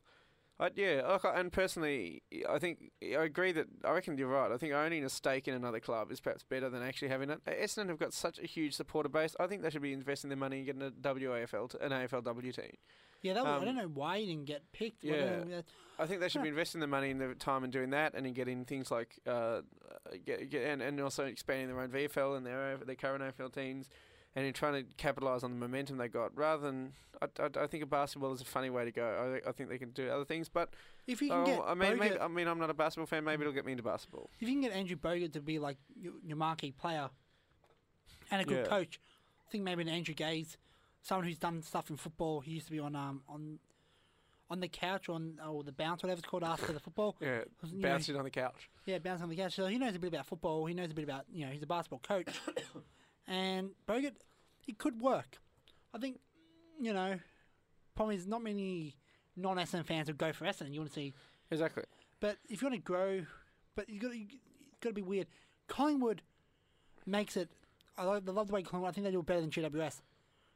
Speaker 7: I, yeah, look, I- and personally, I think I agree that I reckon you're right. I think owning a stake in another club is perhaps better than actually having it. Essendon have got such a huge supporter base. I think they should be investing their money in getting a WAFL, t- an AFLW team.
Speaker 1: Yeah, that was, I
Speaker 7: Um,
Speaker 1: don't know why he didn't get picked. I don't
Speaker 7: yeah.
Speaker 1: know, that-
Speaker 7: I think they should be
Speaker 1: Yeah.
Speaker 7: investing their money and their time in doing that, and in getting things like, uh, uh, get, get, and, and also expanding their own VFL and their their current AFL teams, and in trying to capitalise on the momentum they got. Rather than, I, I, I think basketball is a funny way to go. I, I think they can do other things, but
Speaker 1: if you can get
Speaker 7: oh, I mean, maybe,
Speaker 1: Bogut-
Speaker 7: I mean, I'm not a basketball fan. Maybe it'll get me into basketball.
Speaker 1: if you can get Andrew Bogut to be like your, your marquee player and a good
Speaker 7: Yeah.
Speaker 1: coach, I think maybe an Andrew Gaze, someone who's done stuff in football. He used to be on um on on the couch or on or the bounce, whatever it's called, after the football.
Speaker 7: Yeah,
Speaker 1: You know,
Speaker 7: bouncing on the couch.
Speaker 1: yeah, bouncing on the couch. So he knows a bit about football. He knows a bit about you know he's a basketball coach, and Bogut, it could work. I think you know, problem is not many non Essendon fans would go for Essendon. You want to see
Speaker 7: Exactly.
Speaker 1: but if you want to grow, but you got got to be weird. Collingwood makes it. I love, I love the way Collingwood. I think they do it better than GWS.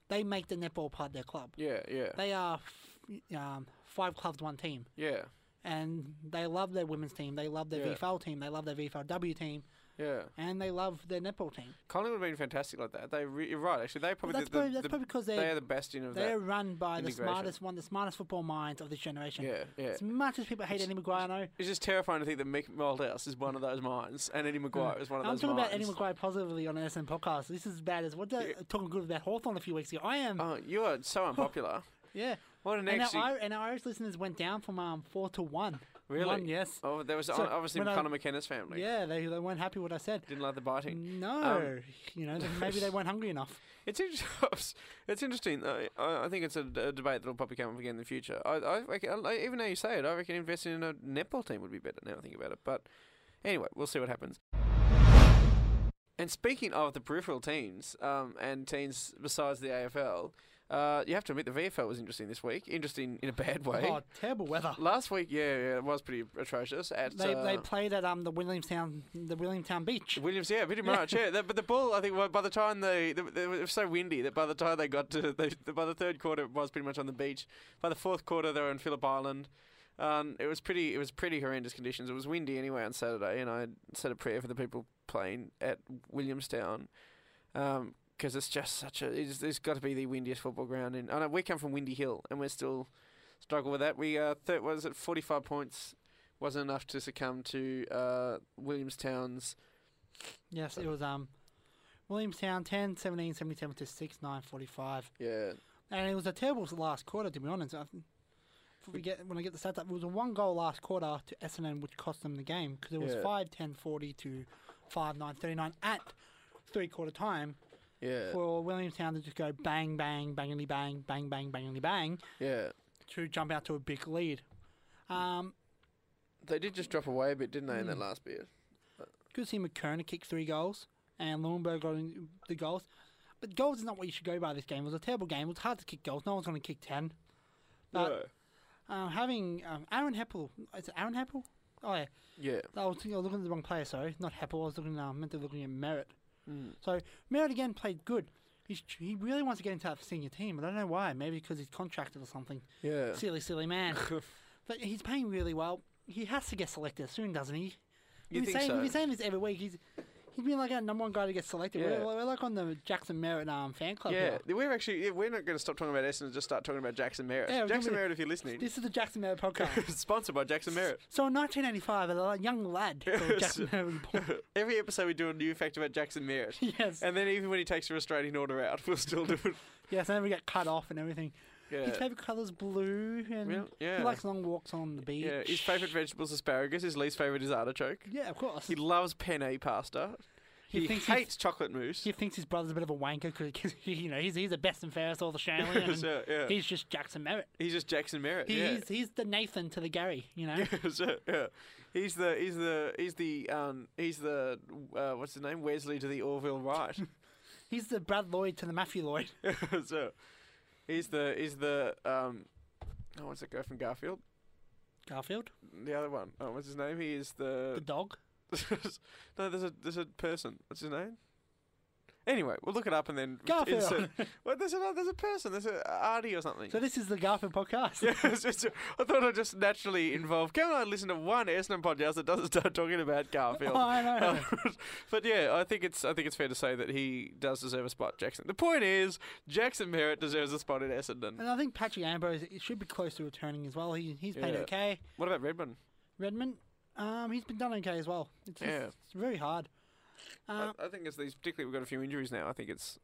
Speaker 1: They make the netball part of their club.
Speaker 7: Yeah, yeah,
Speaker 1: They are f- um, five clubs, one team,
Speaker 7: yeah,
Speaker 1: and they love their women's team. They love their
Speaker 7: Yeah.
Speaker 1: VFL team. They love their VFLW team,
Speaker 7: yeah.
Speaker 1: and they love their netball team.
Speaker 7: Collingwood have been fantastic like that. They, re- you're right. Actually, they probably
Speaker 1: that's
Speaker 7: the, the,
Speaker 1: probably- that's
Speaker 7: the-
Speaker 1: probably 'cause
Speaker 7: they
Speaker 1: they're-
Speaker 7: are the bastion of
Speaker 1: They're
Speaker 7: that.
Speaker 1: run by the
Speaker 7: integration.
Speaker 1: smartest one, the smartest football minds of this generation.
Speaker 7: Yeah, yeah.
Speaker 1: As much as people hate Eddie Maguire, I know.
Speaker 7: It's just terrifying to think that Mick Malthouse is one of those minds, and Eddie Maguire is one of
Speaker 1: Mm. I'm
Speaker 7: those
Speaker 1: talking
Speaker 7: minds.
Speaker 1: about Eddie McGuire positively on an SN podcast. This is bad as what the, talking good about Hawthorn a few weeks ago. I am,
Speaker 7: Oh, you are so unpopular.
Speaker 1: yeah.
Speaker 7: What an
Speaker 1: and
Speaker 7: actually.
Speaker 1: our, Ir- and our Irish listeners went down from um four to one.
Speaker 7: really?
Speaker 1: One, yes.
Speaker 7: Oh, there was
Speaker 1: So,
Speaker 7: on- obviously
Speaker 1: when I-
Speaker 7: Conor McKenna's family.
Speaker 1: Yeah, Mm. they, they weren't happy what I said.
Speaker 7: Didn't Um, like the biting.
Speaker 1: No, you know maybe they weren't hungry enough.
Speaker 7: It's interesting. it's interesting. Though. I, I think it's a, d- a debate that'll probably come up again in the future. I, I, reckon- I- even though you say it, I reckon investing in a netball team would be better. Now I think about it, but anyway, we'll see what happens. And speaking of the peripheral teams um, and teams besides the AFL, uh, you have to admit the VFL was interesting this week. Interesting in a bad way.
Speaker 1: Oh, terrible weather.
Speaker 7: Last week, yeah, yeah, it was pretty atrocious. At
Speaker 1: They,
Speaker 7: uh,
Speaker 1: they played at um the Williamstown the Williamstown beach.
Speaker 7: Williams, yeah, pretty much, yeah. That- but the ball, I think, well, by the time they, they, they were- it was so windy that by the time they got to, they, by the third quarter, it was pretty much on the beach. By the fourth quarter, they were in Phillip Island. Um, it was pretty, it was pretty horrendous conditions. It was windy anyway on Saturday, and I said a prayer for the people playing at Williamstown. Um 'cause because it's just such a, it's, it's got to be the windiest football ground. In, I know we come from Windy Hill, and we're still struggle with that. We uh, thir- was it forty five points wasn't enough to succumb to uh, Williamstown's
Speaker 1: Yes, it was um Williamstown 10, 17, 77 to six nine forty five.
Speaker 7: Yeah,
Speaker 1: And it was a terrible last quarter, to be honest. I, think- if we get, when I get the stats up, it was a one goal last quarter to Essendon, which cost them the game because it was
Speaker 7: Yeah.
Speaker 1: five ten forty to five nine thirty nine at three quarter time
Speaker 7: yeah,
Speaker 1: for Williamstown to just go bang, bang, bangity bang, bang, bang, bangity bang
Speaker 7: yeah.
Speaker 1: to jump out to a big lead. Um,
Speaker 7: They did just drop away a bit, didn't they,
Speaker 1: Hmm.
Speaker 7: in that last bit?
Speaker 1: good to see McKernan kick three goals and Lundberg got in the goals. But goals is not what you should go by this game. It was a terrible game. It was hard to kick goals. No one's going to kick 10. But um, having um, Aaron Heppel. Is it Aaron Heppel? Oh, yeah.
Speaker 7: Yeah,
Speaker 1: I was, thinking, I was looking at the wrong player, sorry. Not Heppel. I was looking, uh, meant to be looking at Merritt.
Speaker 7: Hmm.
Speaker 1: So Merritt again played good. He's, he really wants to get into that senior team. but I don't know why. Maybe because he's contracted or something.
Speaker 7: yeah.
Speaker 1: Silly, silly man. but he's paying really well. He has to get selected soon, doesn't he?
Speaker 7: You
Speaker 1: we've been
Speaker 7: think
Speaker 1: saying,
Speaker 7: so?
Speaker 1: We've been saying this every week. He's he's been like our number one guy to get selected.
Speaker 7: Yeah.
Speaker 1: We're, we're like on the Jackson Merritt um, fan club.
Speaker 7: Yeah,
Speaker 1: here.
Speaker 7: we're actually yeah, we're not going to stop talking about Essendon. and Just start talking about Jackson Merritt.
Speaker 1: Yeah, we're
Speaker 7: Jackson
Speaker 1: talking-
Speaker 7: Merritt, if you're listening,
Speaker 1: This is the Jackson Merritt podcast.
Speaker 7: sponsored by Jackson Merritt.
Speaker 1: so in 1985, a li- young lad called Jackson Merritt was born.
Speaker 7: Every episode we do a new fact about Jackson Merritt.
Speaker 1: Yes.
Speaker 7: And then even when he takes the restraining order out, we'll still do it.
Speaker 1: Yes, and then we get cut off and everything. His
Speaker 7: Yeah.
Speaker 1: favorite color's blue, and
Speaker 7: Well, yeah.
Speaker 1: he likes long walks on the beach.
Speaker 7: Yeah, his favourite vegetables asparagus. His least favourite is artichoke.
Speaker 1: Yeah, of course.
Speaker 7: He
Speaker 1: He,
Speaker 7: loves penne pasta. He,
Speaker 1: thinks he's-
Speaker 7: hates chocolate mousse.
Speaker 1: thinks his brother's a bit of a wanker because you know he's he's the best and fairest of all the Shanley, and
Speaker 7: Yeah, yeah.
Speaker 1: he's just Jackson Merritt.
Speaker 7: he's just Jackson Merritt.
Speaker 1: He's
Speaker 7: yeah.
Speaker 1: he's the Nathan to the Gary, you know.
Speaker 7: So, yeah. He's the he's the he's the um he's the uh, what's his name Wesley to the Orville Wright.
Speaker 1: He's the Brad Lloyd to the Matthew Lloyd.
Speaker 7: so he's the he's the um oh what's that guy from Garfield?
Speaker 1: Garfield,
Speaker 7: The other one. Oh, what's his name? He is the,
Speaker 1: the dog.
Speaker 7: no. There's a there's a person. What's his name? Anyway, we'll look it up and then
Speaker 1: Garfield.
Speaker 7: insert- Well, there's another. There's a person. There's a Artie or something.
Speaker 1: So this is the Garfield podcast.
Speaker 7: Yeah, it's just- I thought I'd just naturally involve. Can I listen to one Essendon podcast that doesn't start talking about Garfield?
Speaker 1: Oh, I know.
Speaker 7: but yeah, I think it's I think it's fair to say that he does deserve a spot, Jackson. The point is, Jackson Merritt deserves a spot in Essendon.
Speaker 1: And I think Patrick Ambrose it should be close to returning as well. He, he's played
Speaker 7: Yeah.
Speaker 1: okay.
Speaker 7: What about Redmond?
Speaker 1: Redmond, um, he's been done okay as well. It's, just-
Speaker 7: Yeah.
Speaker 1: it's very hard. Uh,
Speaker 7: I, I think it's these. Particularly, we've got a few injuries now. I think it's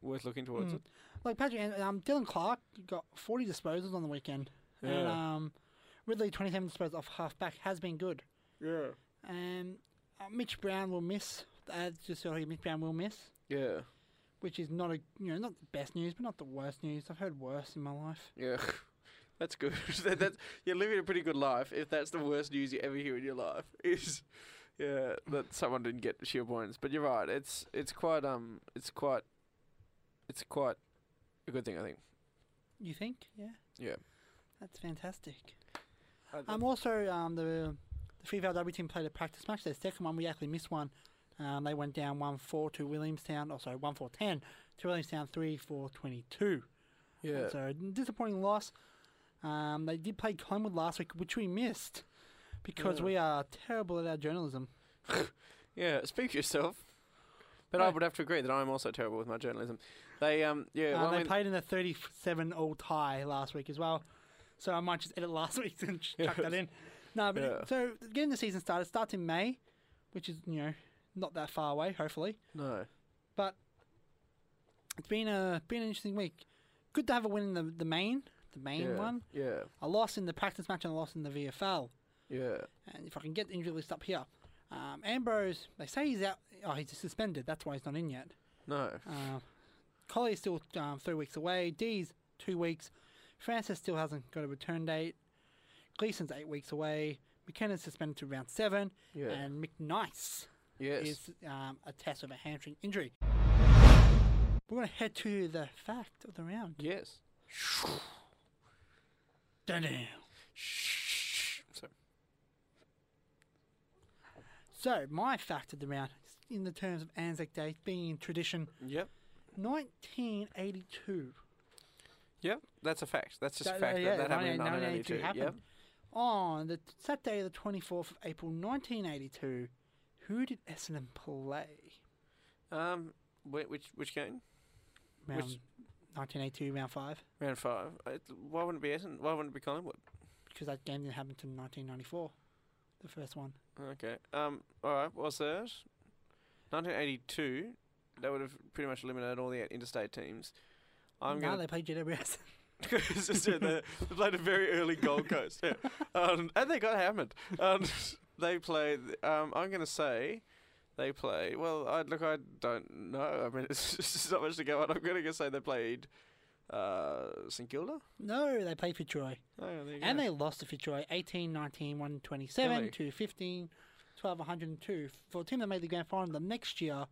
Speaker 7: worth looking towards
Speaker 1: hmm.
Speaker 7: it.
Speaker 1: like Patrick, Am- um, Dylan Clark got 40 disposals on the weekend, and
Speaker 7: Yeah.
Speaker 1: um, Ridley 27 disposals off halfback has been good.
Speaker 7: Yeah.
Speaker 1: And uh, Mitch Brown will miss. Uh, just so Mitch Brown will miss,
Speaker 7: Yeah.
Speaker 1: which is not a you know not the best news, but not the worst news. I've heard worse in my life.
Speaker 7: Yeah. That's good. that, that's, you're living a pretty good life if that's the worst news you ever hear in your life. Is yeah, that someone didn't get shield points. But you're right. It's it's quite um it's quite it's quite a good thing I think.
Speaker 1: You think? Yeah.
Speaker 7: Yeah.
Speaker 1: That's fantastic.
Speaker 7: I-
Speaker 1: Um, also, um, the the Freevale team played a practice match. Their second one, we actually missed one. Um, they went down one four to Williamstown. Oh, sorry, one four ten to Williamstown three four twenty two.
Speaker 7: yeah.
Speaker 1: So disappointing loss. Um, they did play Collingwood last week, which we missed because we are terrible at our journalism.
Speaker 7: Yeah, speak for yourself. But I
Speaker 1: No.
Speaker 7: would have to agree that I'm also terrible with my journalism. They um yeah,
Speaker 1: Uh,
Speaker 7: well, I
Speaker 1: they
Speaker 7: mean,
Speaker 1: played in a 37 all tie last week as well. So I might just edit last week and just chuck that in. No, but
Speaker 7: Yeah.
Speaker 1: it, so getting the season started starts in May, which is, you know, not that far away, hopefully.
Speaker 7: no.
Speaker 1: But it's been a been an interesting week. Good to have a win in the, the main, the main
Speaker 7: Yeah.
Speaker 1: one.
Speaker 7: Yeah.
Speaker 1: A loss in the practice match and a loss in the VFL.
Speaker 7: Yeah.
Speaker 1: And if I can get the injury list up here. Um, Ambrose, they say he's out. Oh, he's suspended. That's why he's not in yet.
Speaker 7: No.
Speaker 1: Uh, Collier's still um, three weeks away. D's two weeks. Francis still hasn't got a return date. Gleason's eight weeks away. McKenna's suspended to round seven.
Speaker 7: Yeah.
Speaker 1: And McNice
Speaker 7: Yes.
Speaker 1: is um, a test of a hamstring injury. We're going to head to the fact of the round.
Speaker 7: yes.
Speaker 1: Dun-dun.
Speaker 7: So,
Speaker 1: So, my fact of the round, in the terms of Anzac Day being in tradition,
Speaker 7: yep.
Speaker 1: 1982.
Speaker 7: Yep, that's a fact. That's just a
Speaker 1: That-
Speaker 7: fact
Speaker 1: yeah,
Speaker 7: that, that happened in
Speaker 1: 1982
Speaker 7: 1982. Yep.
Speaker 1: happened. On the t- Saturday, the 24th of April 1982, who did Essendon play?
Speaker 7: Um, whi- which which game?
Speaker 1: Round 1982, round 5,
Speaker 7: Round five. It, why wouldn't it be Essendon? Why wouldn't it be Collingwood?
Speaker 1: because that game didn't happen until 1994, the first one.
Speaker 7: Okay. Um. All right. What's that? 1982. That would have pretty much eliminated all the interstate teams. I'm
Speaker 1: no,
Speaker 7: gonna
Speaker 1: they played JWS.
Speaker 7: It's just, yeah, they they played a very early Gold Coast, yeah. um, and they got hammered. Um, they played. Um, I'm going to say they play. Well, I look, I don't know. I mean, it's just not much to go on. I'm going to say they played uh, St Kilda.
Speaker 1: no, they played Fitzroy.
Speaker 7: Oh, there you
Speaker 1: And
Speaker 7: go.
Speaker 1: they lost to Fitzroy 18, 19, 127
Speaker 7: Really?
Speaker 1: to 15, 12, 102. For a team that made the grand final the next year,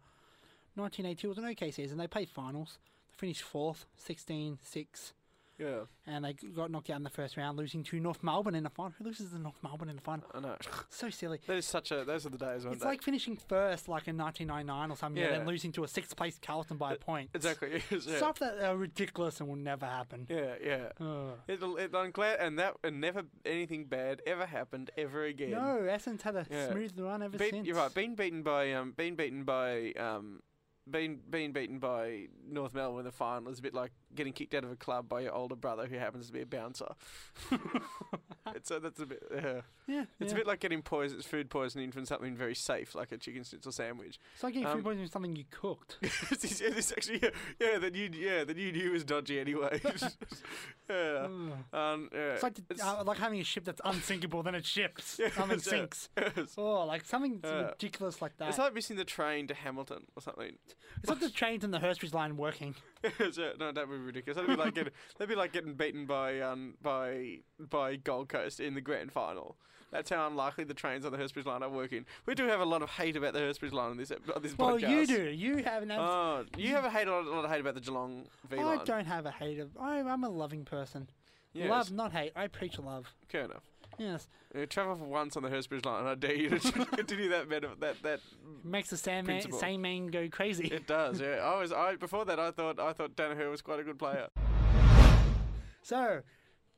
Speaker 1: 1982 was an okay season. They played finals. They finished fourth, 16, 6.
Speaker 7: yeah,
Speaker 1: And they got knocked out in the first round, losing to North Melbourne in the final. Who loses to North Melbourne in the final?
Speaker 7: I know.
Speaker 1: So silly.
Speaker 7: That is such a. Those are the days, weren't
Speaker 1: It's
Speaker 7: they?
Speaker 1: like finishing first, like in 1999 or something, and
Speaker 7: Yeah.
Speaker 1: then losing to a sixth place Carlton by a point.
Speaker 7: exactly. yeah.
Speaker 1: Stuff that are ridiculous and will never happen.
Speaker 7: yeah, yeah.
Speaker 1: Ugh.
Speaker 7: It'll, it, I'm glad, and that, and never anything bad ever happened ever again.
Speaker 1: No, Essence had a
Speaker 7: Yeah.
Speaker 1: smooth run ever
Speaker 7: Beat,
Speaker 1: since.
Speaker 7: you're right. Being beaten by um, being beaten by um, being being beaten by North Melbourne in the final is a bit like getting kicked out of a club by your older brother who happens to be a bouncer. It's so that's a bit. Uh,
Speaker 1: Yeah,
Speaker 7: it's
Speaker 1: yeah.
Speaker 7: a bit like getting poison, food poisoning from something very safe, like a chicken schnitzel sandwich.
Speaker 1: It's like getting
Speaker 7: Um,
Speaker 1: food poisoning from something you cooked.
Speaker 7: it's, it's- it's actually yeah, yeah that you yeah that you knew was dodgy anyway. yeah. Um, yeah.
Speaker 1: Hmm. It's like the,
Speaker 7: It's-
Speaker 1: uh, like having a ship that's unsinkable, then it ships.
Speaker 7: Yeah,
Speaker 1: something
Speaker 7: it's, uh,
Speaker 1: sinks.
Speaker 7: it's-
Speaker 1: Oh, like something that's
Speaker 7: Yeah.
Speaker 1: ridiculous like that.
Speaker 7: it's like missing the train to Hamilton or something.
Speaker 1: the trains and the Hurstbridge line working.
Speaker 7: So, no, that'd be ridiculous. That'd be like getting, that'd be like getting beaten by um by by Gold Coast in the grand final. That's how unlikely the trains on the Hurstbridge line are working. We do have a lot of hate about the Hurstbridge line on this ep- on this
Speaker 1: Well,
Speaker 7: podcast.
Speaker 1: you do. You have an. abs-
Speaker 7: Oh, you have a hate a lot, a lot of hate about the Geelong V
Speaker 1: I
Speaker 7: line.
Speaker 1: don't have a hate of. I, I'm a loving person.
Speaker 7: Yes.
Speaker 1: Love, not hate. I preach love.
Speaker 7: Fair enough.
Speaker 1: Yes.
Speaker 7: Uh, travel for once on the Hurstbridge line, and I dare you to continue that bit of that that
Speaker 1: Makes the same man,
Speaker 7: Principle.
Speaker 1: same man go crazy.
Speaker 7: It does, yeah. I was I before that I thought I thought Danaher was quite a good player.
Speaker 1: So,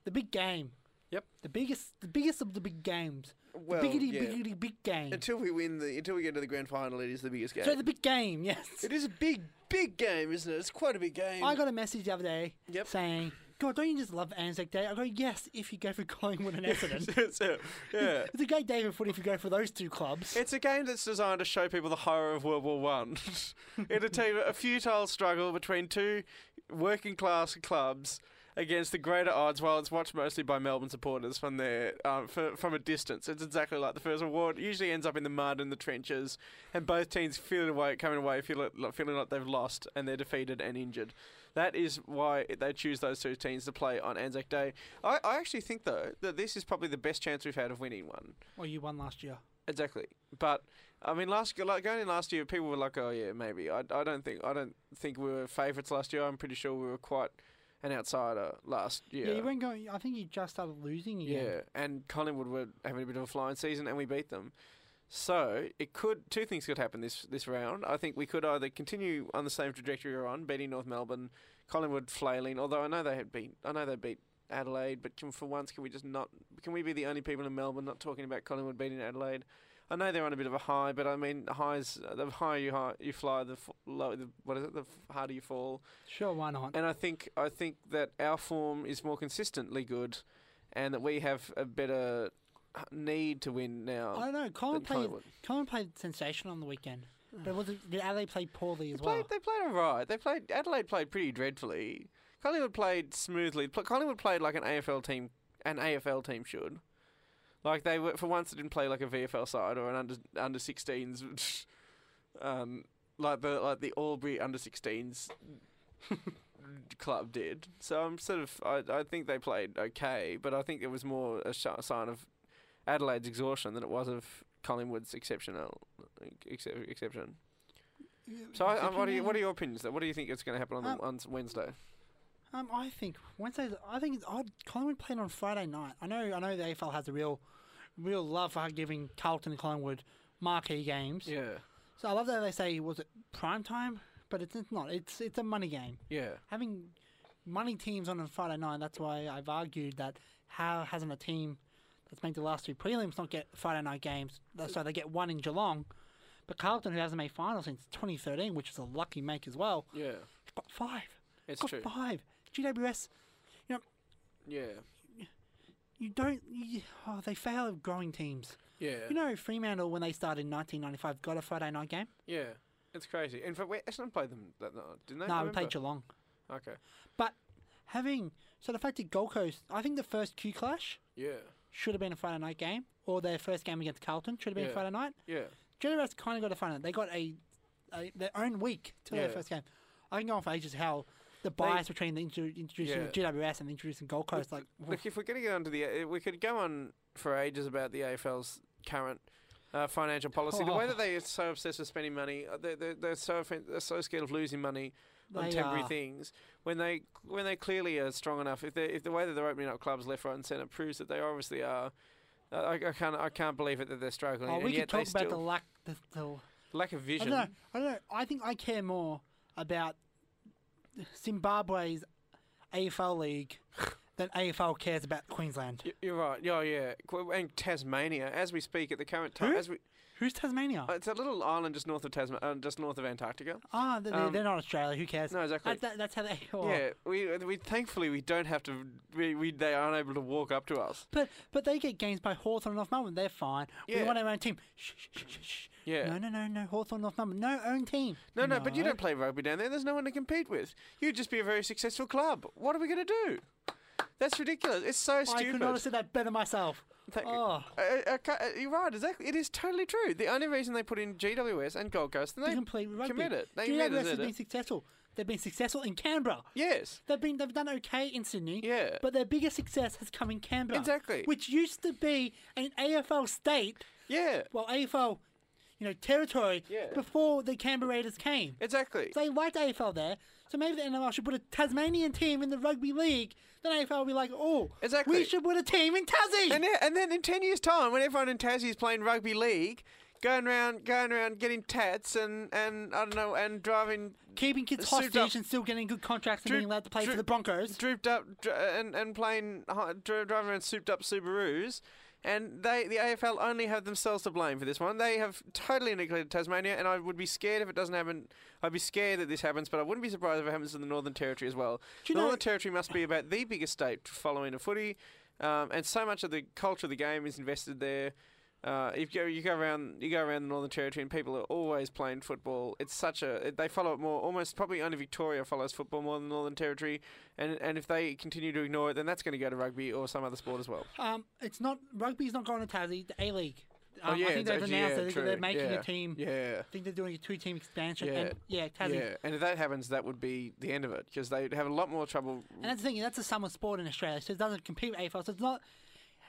Speaker 1: the big game.
Speaker 7: Yep.
Speaker 1: The biggest, the biggest of the big games.
Speaker 7: Well,
Speaker 1: the biggity,
Speaker 7: yeah.
Speaker 1: biggity, big game.
Speaker 7: Until we win the until we get to the grand final, it is the biggest game.
Speaker 1: so the big game, yes.
Speaker 7: it is a big big game, isn't it? It's quite a big game.
Speaker 1: I got a message the other day
Speaker 7: Yep.
Speaker 1: saying, "God, don't you just love Anzac Day?" I go, "Yes, if you go for Collingwood and Essendon,
Speaker 7: it's a, yeah.
Speaker 1: it's a great day for footy if you go for those two clubs."
Speaker 7: It's a game that's designed to show people the horror of World War One. It'll tell you a futile struggle between two working class clubs against the greater odds, while it's watched mostly by Melbourne supporters from their um, f- from a distance. It's exactly like the first award. It usually ends up in the mud and the trenches, and both teams feel it away, coming away feeling feeling like they've lost and they're defeated and injured. That is why they choose those two teams to play on Anzac Day. I, I actually think though that this is probably the best chance we've had of winning one.
Speaker 1: well, you won last year.
Speaker 7: Exactly, but I mean, last like going in last year, people were like, "Oh yeah, maybe." I, I don't think I don't think we were favourites last year. I'm pretty sure we were quite an outsider last year.
Speaker 1: Yeah, you weren't going. I think you just started losing again.
Speaker 7: Yeah, and Collingwood were having a bit of a flying season, and we beat them. So it could two things could happen this this round. I think we could either continue on the same trajectory we're on, beating North Melbourne, Collingwood flailing. Although I know they had beat, I know they beat Adelaide, but can, for once, can we just not? Can we be the only people in Melbourne not talking about Collingwood beating Adelaide? I know they're on a bit of a high, but I mean, highs the higher you high, you fly, the, f- low, the what is it? The f- harder you fall.
Speaker 1: Sure, why not?
Speaker 7: And I think I think that our form is more consistently good, and that we have a better h- need to win now.
Speaker 1: I don't know. Colin
Speaker 7: than
Speaker 1: played.
Speaker 7: Collingwood.
Speaker 1: Colin played sensational on the weekend, but was it, did Adelaide play poorly as
Speaker 7: They
Speaker 1: well?
Speaker 7: played, they played all right. They played Adelaide played pretty dreadfully. Collingwood played smoothly. Pl- Collingwood played like an AFL team, an AFL team should. Like they were for once, they didn't play like a VFL side or an under under 16s, um, like the like the Albury under 16s club did. So I'm sort of I, I think they played okay, but I think it was more a sh- sign of Adelaide's exhaustion than it was of Collingwood's exceptional excep- exception. So, I, um, what, are you, what are your opinions? Though? What do you think is going to happen on, the,
Speaker 1: Um,
Speaker 7: on s- Wednesday?
Speaker 1: Um, I think Wednesday. I think it's odd. Collingwood played on Friday night. I know. I know the AFL has a real, real love for giving Carlton and Collingwood marquee games.
Speaker 7: Yeah,
Speaker 1: So I love that they say was it prime time, but it's, it's not. It's it's a money game.
Speaker 7: yeah,
Speaker 1: Having money teams on a Friday night. That's why I've argued that how hasn't a team that's made the last two prelims not get Friday night games? That's So they get one in Geelong, but Carlton, who hasn't made finals since 2013, which is a lucky make as well,
Speaker 7: yeah.
Speaker 1: got five.
Speaker 7: It's
Speaker 1: got
Speaker 7: true.
Speaker 1: five. GWS. You know,
Speaker 7: Yeah,
Speaker 1: you don't. You, oh, they fail at growing teams.
Speaker 7: yeah,
Speaker 1: You know, Fremantle when they started in 1995 got a Friday night game.
Speaker 7: yeah. It's crazy. In fact, wait, Essendon played them that night, didn't they?
Speaker 1: No,
Speaker 7: I
Speaker 1: we played
Speaker 7: remember.
Speaker 1: Geelong.
Speaker 7: Okay.
Speaker 1: But having so the fact that Gold Coast, I think the first Q clash
Speaker 7: Yeah,
Speaker 1: should have been a Friday night game, or their first game against Carlton should have been
Speaker 7: Yeah.
Speaker 1: a Friday night.
Speaker 7: yeah,
Speaker 1: GWS kind of got a Friday night. They got a, a their own week to their
Speaker 7: Yeah.
Speaker 1: first game. I can go on for ages how the bias between the intro, introducing
Speaker 7: Yeah.
Speaker 1: of GWS and introducing Gold Coast, like
Speaker 7: Look, if we're going to get onto the, uh, we could go on for ages about the AFL's current. Uh, financial policy. The way
Speaker 1: Oh.
Speaker 7: that they are so obsessed with spending money, uh, they're, they're, they're so offen- they're so scared of losing money on
Speaker 1: They
Speaker 7: temporary
Speaker 1: are.
Speaker 7: things. When they when they clearly are strong enough, if they if the way that they're opening up clubs left, right, and centre proves that they obviously are, uh, I, I can't I can't believe it that they're struggling.
Speaker 1: oh,
Speaker 7: and
Speaker 1: we
Speaker 7: yet
Speaker 1: could
Speaker 7: they
Speaker 1: talk about the
Speaker 7: still-
Speaker 1: lack, the, the
Speaker 7: lack of
Speaker 1: I
Speaker 7: vision.
Speaker 1: don't know. I don't know. I think I care more about Zimbabwe's AFL league than AFL cares about Queensland.
Speaker 7: Y- You're right. Yeah, yeah. Qu- And Tasmania, as we speak at the current time,
Speaker 1: Who?
Speaker 7: as we,
Speaker 1: Who's Tasmania?
Speaker 7: uh, it's a little island just north of Tasman, uh, just north of Antarctica.
Speaker 1: Ah, they're,
Speaker 7: um,
Speaker 1: they're not Australia. Who cares?
Speaker 7: no, exactly.
Speaker 1: That, that, that's how they. Oh.
Speaker 7: Yeah, we, uh, we thankfully we don't have to. We, we they aren't able to walk up to us.
Speaker 1: But but they get games by Hawthorn and North Melbourne. They're fine.
Speaker 7: Yeah.
Speaker 1: We want our own team. Shh, shh, shh, shh, shh.
Speaker 7: Yeah.
Speaker 1: No, no, no, no. Hawthorn North Melbourne. No own team.
Speaker 7: No, no, but you don't play rugby down there. There's no one to compete with. You'd just be a very successful club. What are we going to do? That's ridiculous. It's so
Speaker 1: I could
Speaker 7: stupid.
Speaker 1: not have said that better myself.
Speaker 7: Thank-
Speaker 1: oh.
Speaker 7: I- I uh, ca- you're right. Exactly. It is totally true. The only reason they put in GWS and Gold Coast, and
Speaker 1: They
Speaker 7: they
Speaker 1: complete rugby.
Speaker 7: commit it. They
Speaker 1: GWS
Speaker 7: admitted
Speaker 1: has
Speaker 7: it.
Speaker 1: been successful. They've been successful in Canberra.
Speaker 7: Yes.
Speaker 1: They've been they've done okay in Sydney.
Speaker 7: Yeah.
Speaker 1: But their biggest success has come in Canberra.
Speaker 7: Exactly.
Speaker 1: Which used to be an AFL state,
Speaker 7: Yeah.
Speaker 1: well AFL, you know, territory
Speaker 7: Yeah.
Speaker 1: before the Canberra Raiders came.
Speaker 7: Exactly.
Speaker 1: They liked AFL there. So maybe the NRL should put a Tasmanian team in the rugby league. Then AFL will be like, oh,
Speaker 7: Exactly.
Speaker 1: we should put a team in Tassie.
Speaker 7: And then, and then in 10 years' time, when everyone in Tassie is playing rugby league, going around, going around getting tats and, and I don't know, and driving
Speaker 1: Keeping kids
Speaker 7: Suit up.
Speaker 1: hostage and still getting good contracts and
Speaker 7: Drew-
Speaker 1: being allowed to play
Speaker 7: Drew-
Speaker 1: for the Broncos.
Speaker 7: drooped up dr- and, and playing, hi- dri- driving around souped up Subarus. And they, the AFL only have themselves to blame for this one. They have totally neglected Tasmania, and I would be scared if it doesn't happen. I'd be scared that this happens, but I wouldn't be surprised if it happens in the Northern Territory as well.
Speaker 1: Do you
Speaker 7: the
Speaker 1: know-
Speaker 7: Northern Territory must be about the biggest state following a footy, um, and so much of the culture of the game is invested there. Uh, if you go, you go around, you go around the Northern Territory, and people are always playing football. It's such a it- they follow it more. Almost probably only Victoria follows football more than Northern Territory, and and if they continue to ignore it, then that's going to go to rugby or some other sport as well.
Speaker 1: Um, it's not rugby's not going to Tassie. The A League. Um,
Speaker 7: oh yeah,
Speaker 1: I think they've
Speaker 7: it's-
Speaker 1: announced
Speaker 7: yeah,
Speaker 1: that they're
Speaker 7: true,
Speaker 1: making
Speaker 7: yeah,
Speaker 1: a team.
Speaker 7: Yeah.
Speaker 1: I think they're doing a two-team expansion.
Speaker 7: Yeah.
Speaker 1: And, yeah, Tassie.
Speaker 7: Yeah, and if that happens, that would be the end of it because they'd have a lot more trouble.
Speaker 1: And that's the thing. That's a summer sport in Australia, so it doesn't compete with AFL. So it's not.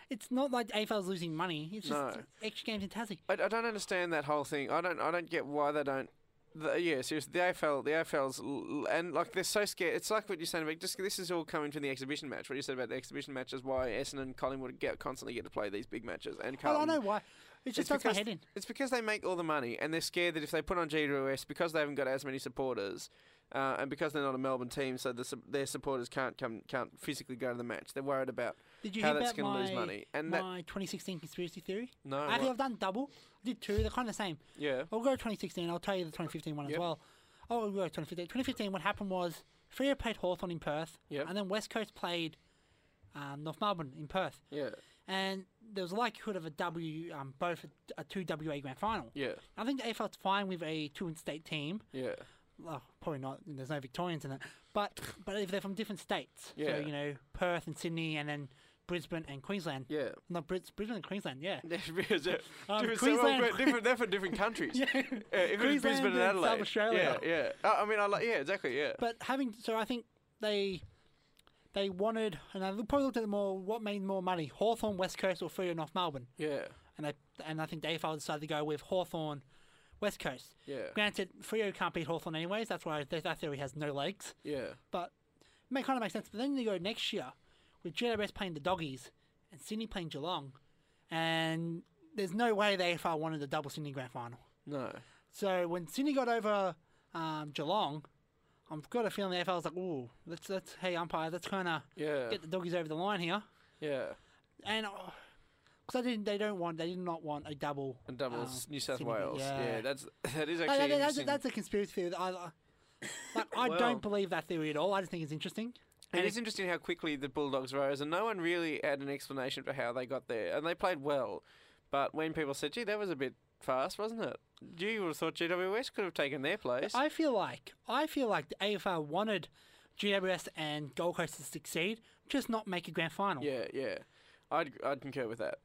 Speaker 1: It's not like AFL's losing money. It's just
Speaker 7: No.
Speaker 1: extra games in Tassie.
Speaker 7: I, I don't understand that whole thing. I don't. I don't get why they don't. The, yeah, seriously, the AFL, the AFL's, l- l- and like they're so scared. It's like what you're saying about just this is all coming from the exhibition match. What you said about the exhibition matches, why Essendon and Collingwood get constantly get to play these big matches, and
Speaker 1: I don't
Speaker 7: Carlton.
Speaker 1: know why. It just does my head in.
Speaker 7: uh,
Speaker 1: Did you
Speaker 7: how
Speaker 1: hear
Speaker 7: that's
Speaker 1: about my,
Speaker 7: going to lose money, and that
Speaker 1: my 2016 conspiracy theory?
Speaker 7: No,
Speaker 1: Actually,
Speaker 7: what?
Speaker 1: I've done double. I did two. They're kind of the same.
Speaker 7: yeah,
Speaker 1: I'll go 2016. I'll tell you the 2015 one as
Speaker 7: Yep.
Speaker 1: well. Oh, we'll go 2015. 2015, what happened was Freo played Hawthorn in Perth,
Speaker 7: Yep.
Speaker 1: and then West Coast played um, North Melbourne in Perth.
Speaker 7: yeah,
Speaker 1: And there was a likelihood of a W, um, both a, a two WA grand final.
Speaker 7: yeah,
Speaker 1: I think the AFL's fine with a two in state team.
Speaker 7: yeah.
Speaker 1: Oh, probably not. There's no Victorians in it. But but if they're from different states,
Speaker 7: Yeah.
Speaker 1: so, you know, Perth and Sydney, and then Brisbane and Queensland.
Speaker 7: Yeah.
Speaker 1: Not Bris- Brisbane and Queensland, yeah.
Speaker 7: Yeah, because, uh,
Speaker 1: Um,
Speaker 7: different- so, well,
Speaker 1: Queensland-
Speaker 7: but different, they're from different countries.
Speaker 1: Yeah.
Speaker 7: Uh, if it was
Speaker 1: Queensland
Speaker 7: Brisbane
Speaker 1: and
Speaker 7: and
Speaker 1: South
Speaker 7: Adelaide.
Speaker 1: Australia.
Speaker 7: Yeah, yeah. Oh, I mean, I like, yeah, exactly, yeah.
Speaker 1: But having so, I think they they wanted, and I probably looked at more what made more money: Hawthorn, West Coast, or Freo North Melbourne.
Speaker 7: yeah,
Speaker 1: And they and I think the AFL decided to go with Hawthorn, West Coast.
Speaker 7: Yeah.
Speaker 1: Granted, Freo can't beat Hawthorn anyways. That's why that that theory has no legs.
Speaker 7: yeah.
Speaker 1: But it may kind of make sense. But then you go next year with GWS playing the Doggies and Sydney playing Geelong, and there's no way the AFL wanted a double Sydney grand final.
Speaker 7: No.
Speaker 1: So when Sydney got over um, Geelong, I've got a feeling the AFL was like, "Ooh, let's let's hey umpire, let's kind of
Speaker 7: Yeah.
Speaker 1: get the doggies over the line here."
Speaker 7: Yeah.
Speaker 1: And because I didn't, they don't want, they did not want a double.
Speaker 7: And doubles,
Speaker 1: um,
Speaker 7: New South
Speaker 1: Sydney grand-
Speaker 7: Wales. Yeah. that's that is
Speaker 1: Like, that-
Speaker 7: actually
Speaker 1: that- that's,
Speaker 7: interesting.
Speaker 1: that's a conspiracy theory. That I, I- like, I
Speaker 7: Well-
Speaker 1: don't believe that theory at all. I just think it's interesting.
Speaker 7: and it's interesting how quickly the Bulldogs rose, and no one really had an explanation for how they got there. And they played well, but when people said, "Gee, that was a bit fast, wasn't it?" You would have thought GWS could have taken their place.
Speaker 1: I feel like I feel like the AFL wanted GWS and Gold Coast to succeed, just not make a grand final.
Speaker 7: yeah, yeah. I'd I'd concur with that.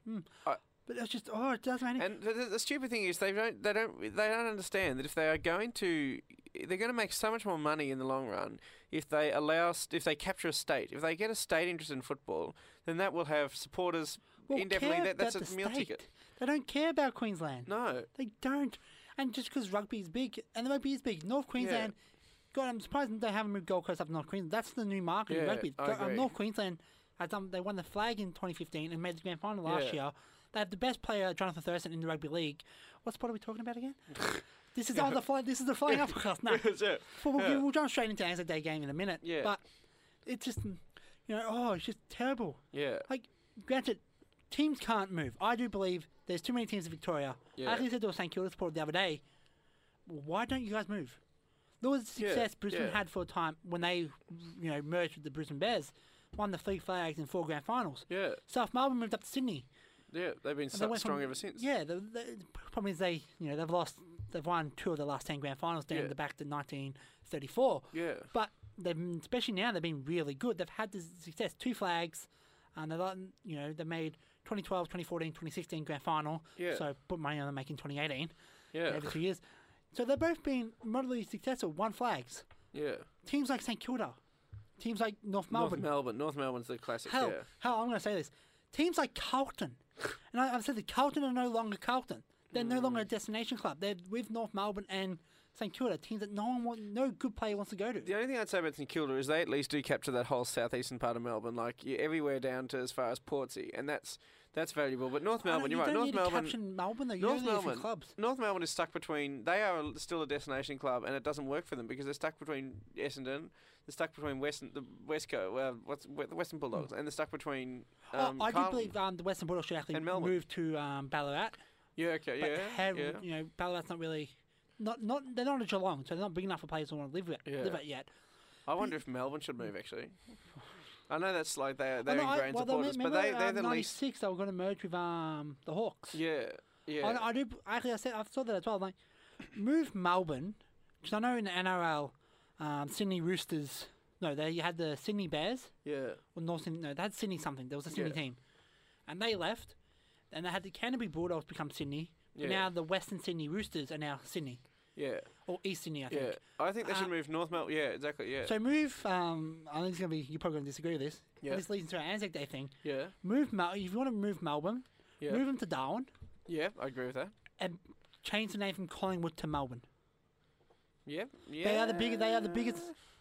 Speaker 7: I,
Speaker 1: But it's just oh, it doesn't matter.
Speaker 7: And the, the, the stupid thing is they don't they don't they don't understand that if they are going to they're going to make so much more money in the long run if they allow st- if they capture a state if they get a state interest in football then that will have supporters
Speaker 1: Well,
Speaker 7: indefinitely
Speaker 1: care
Speaker 7: that, that's
Speaker 1: about
Speaker 7: a
Speaker 1: the
Speaker 7: meal
Speaker 1: state.
Speaker 7: ticket
Speaker 1: They don't care about Queensland.
Speaker 7: no
Speaker 1: They don't. And just because rugby is big, and the rugby is big, North Queensland. God, I'm surprised they haven't moved Gold Coast up to North Queensland. That's the new market in
Speaker 7: Yeah,
Speaker 1: rugby.
Speaker 7: I
Speaker 1: Go- um,
Speaker 7: agree.
Speaker 1: North Queensland has done. They won the flag in 2015 and made the grand final last
Speaker 7: Yeah.
Speaker 1: year. They have the best player, Jonathan Thurston, in the rugby league. What sport are we talking about again? this is oh, the fly, This is the flying upper class. No,
Speaker 7: That's it.
Speaker 1: Well, we'll,
Speaker 7: Yeah.
Speaker 1: we'll jump straight into Anzac Day game in a minute.
Speaker 7: Yeah.
Speaker 1: but it's just, you know, oh, it's just terrible.
Speaker 7: yeah
Speaker 1: Like, granted, teams can't move. I do believe there's too many teams in Victoria.
Speaker 7: Yeah.
Speaker 1: I actually said to a St Kilda supporter the other day, why don't you guys move? There was success Brisbane
Speaker 7: yeah.
Speaker 1: had for a time when they, you know, merged with the Brisbane Bears, won the three flags in four grand finals.
Speaker 7: yeah
Speaker 1: South Melbourne moved up to Sydney.
Speaker 7: yeah they've been
Speaker 1: and they
Speaker 7: so
Speaker 1: went
Speaker 7: strong
Speaker 1: from-
Speaker 7: ever since
Speaker 1: Yeah, the, the problem is they, you know, they've lost, they've won two of the last ten grand finals down
Speaker 7: Yeah.
Speaker 1: the back to 1934.
Speaker 7: Yeah.
Speaker 1: But they've, especially now, they've been really good. They've had the success, two flags, and they've, done- you know, they made 2012, 2014, 2016 grand final.
Speaker 7: Yeah.
Speaker 1: So put money on them making 2018
Speaker 7: yeah
Speaker 1: every two years. So they've both been moderately successful, one flags.
Speaker 7: yeah
Speaker 1: Teams like St Kilda, teams like North
Speaker 7: North
Speaker 1: Melbourne,
Speaker 7: Melbourne North Melbourne's the classic
Speaker 1: Hell,
Speaker 7: yeah
Speaker 1: hell, I'm going to say this. Teams like Carlton,
Speaker 7: Mm.
Speaker 1: and I, I've said that Carlton are no longer Carlton. They're no longer a destination club. They're with North Melbourne and St Kilda, teams that no one want, no good player wants to go to.
Speaker 7: The only thing I'd say about St Kilda is they at least do capture that whole southeastern part of Melbourne, like you everywhere down to as far as Portsea, and that's that's valuable. But North
Speaker 1: I don't-
Speaker 7: Melbourne,
Speaker 1: you
Speaker 7: you're right.
Speaker 1: don't
Speaker 7: North
Speaker 1: need
Speaker 7: Melbourne,
Speaker 1: to caption Melbourne though. You North
Speaker 7: North
Speaker 1: only Melbourne.
Speaker 7: Melbourne.
Speaker 1: clubs.
Speaker 7: North Melbourne is stuck between. They are still a destination club, and it doesn't work for them because they're stuck between Essendon, they're stuck between Western, the West Co, uh, what's we- the Western Bulldogs, and they're stuck between. Um,
Speaker 1: Hmm. oh, I do
Speaker 7: Carlton.
Speaker 1: believe um, the Western Bulldogs should actually
Speaker 7: And Melbourne.
Speaker 1: move to um, Ballarat,
Speaker 7: Yeah. Okay.
Speaker 1: but
Speaker 7: Yeah.
Speaker 1: have,
Speaker 7: yeah.
Speaker 1: you know Ballarat's not really not not they're not a Geelong, so they're not big enough for players to want to live at,
Speaker 7: Yeah.
Speaker 1: live at yet.
Speaker 7: I wonder if Melbourne should move. Actually, I know that's like they
Speaker 1: I
Speaker 7: they're
Speaker 1: know, I-
Speaker 7: ingrained
Speaker 1: well, they-
Speaker 7: supporters, but
Speaker 1: remember,
Speaker 7: they they're
Speaker 1: um,
Speaker 7: the least.
Speaker 1: 96, They were going to merge with um, the Hawks.
Speaker 7: Yeah. Yeah.
Speaker 1: I, I do actually. I said I saw that as well. Like, move Melbourne because I know in the NRL, um, Sydney Roosters. No, they had the Sydney Bears
Speaker 7: yeah.
Speaker 1: or North Sydney. No, they had Sydney something. There was a Sydney
Speaker 7: Yeah.
Speaker 1: team, and they left, and they had the Canterbury Bulldogs become Sydney. but
Speaker 7: Yeah.
Speaker 1: Now the Western Sydney Roosters are now Sydney
Speaker 7: Yeah.
Speaker 1: or East Sydney, I think.
Speaker 7: Yeah, I think they should
Speaker 1: Uh,
Speaker 7: move North Melbourne. Yeah, exactly. Yeah,
Speaker 1: So move. Um, I think it's gonna be. You're probably gonna disagree with this.
Speaker 7: Yeah.
Speaker 1: Yeah. This leads into an Anzac Day thing.
Speaker 7: yeah,
Speaker 1: Move Mel. If you want to move Melbourne,
Speaker 7: Yeah.
Speaker 1: move them to Darwin
Speaker 7: yeah. I agree with that.
Speaker 1: and change the name from Collingwood to Melbourne.
Speaker 7: Yeah, yeah.
Speaker 1: They are the big. They are the biggest.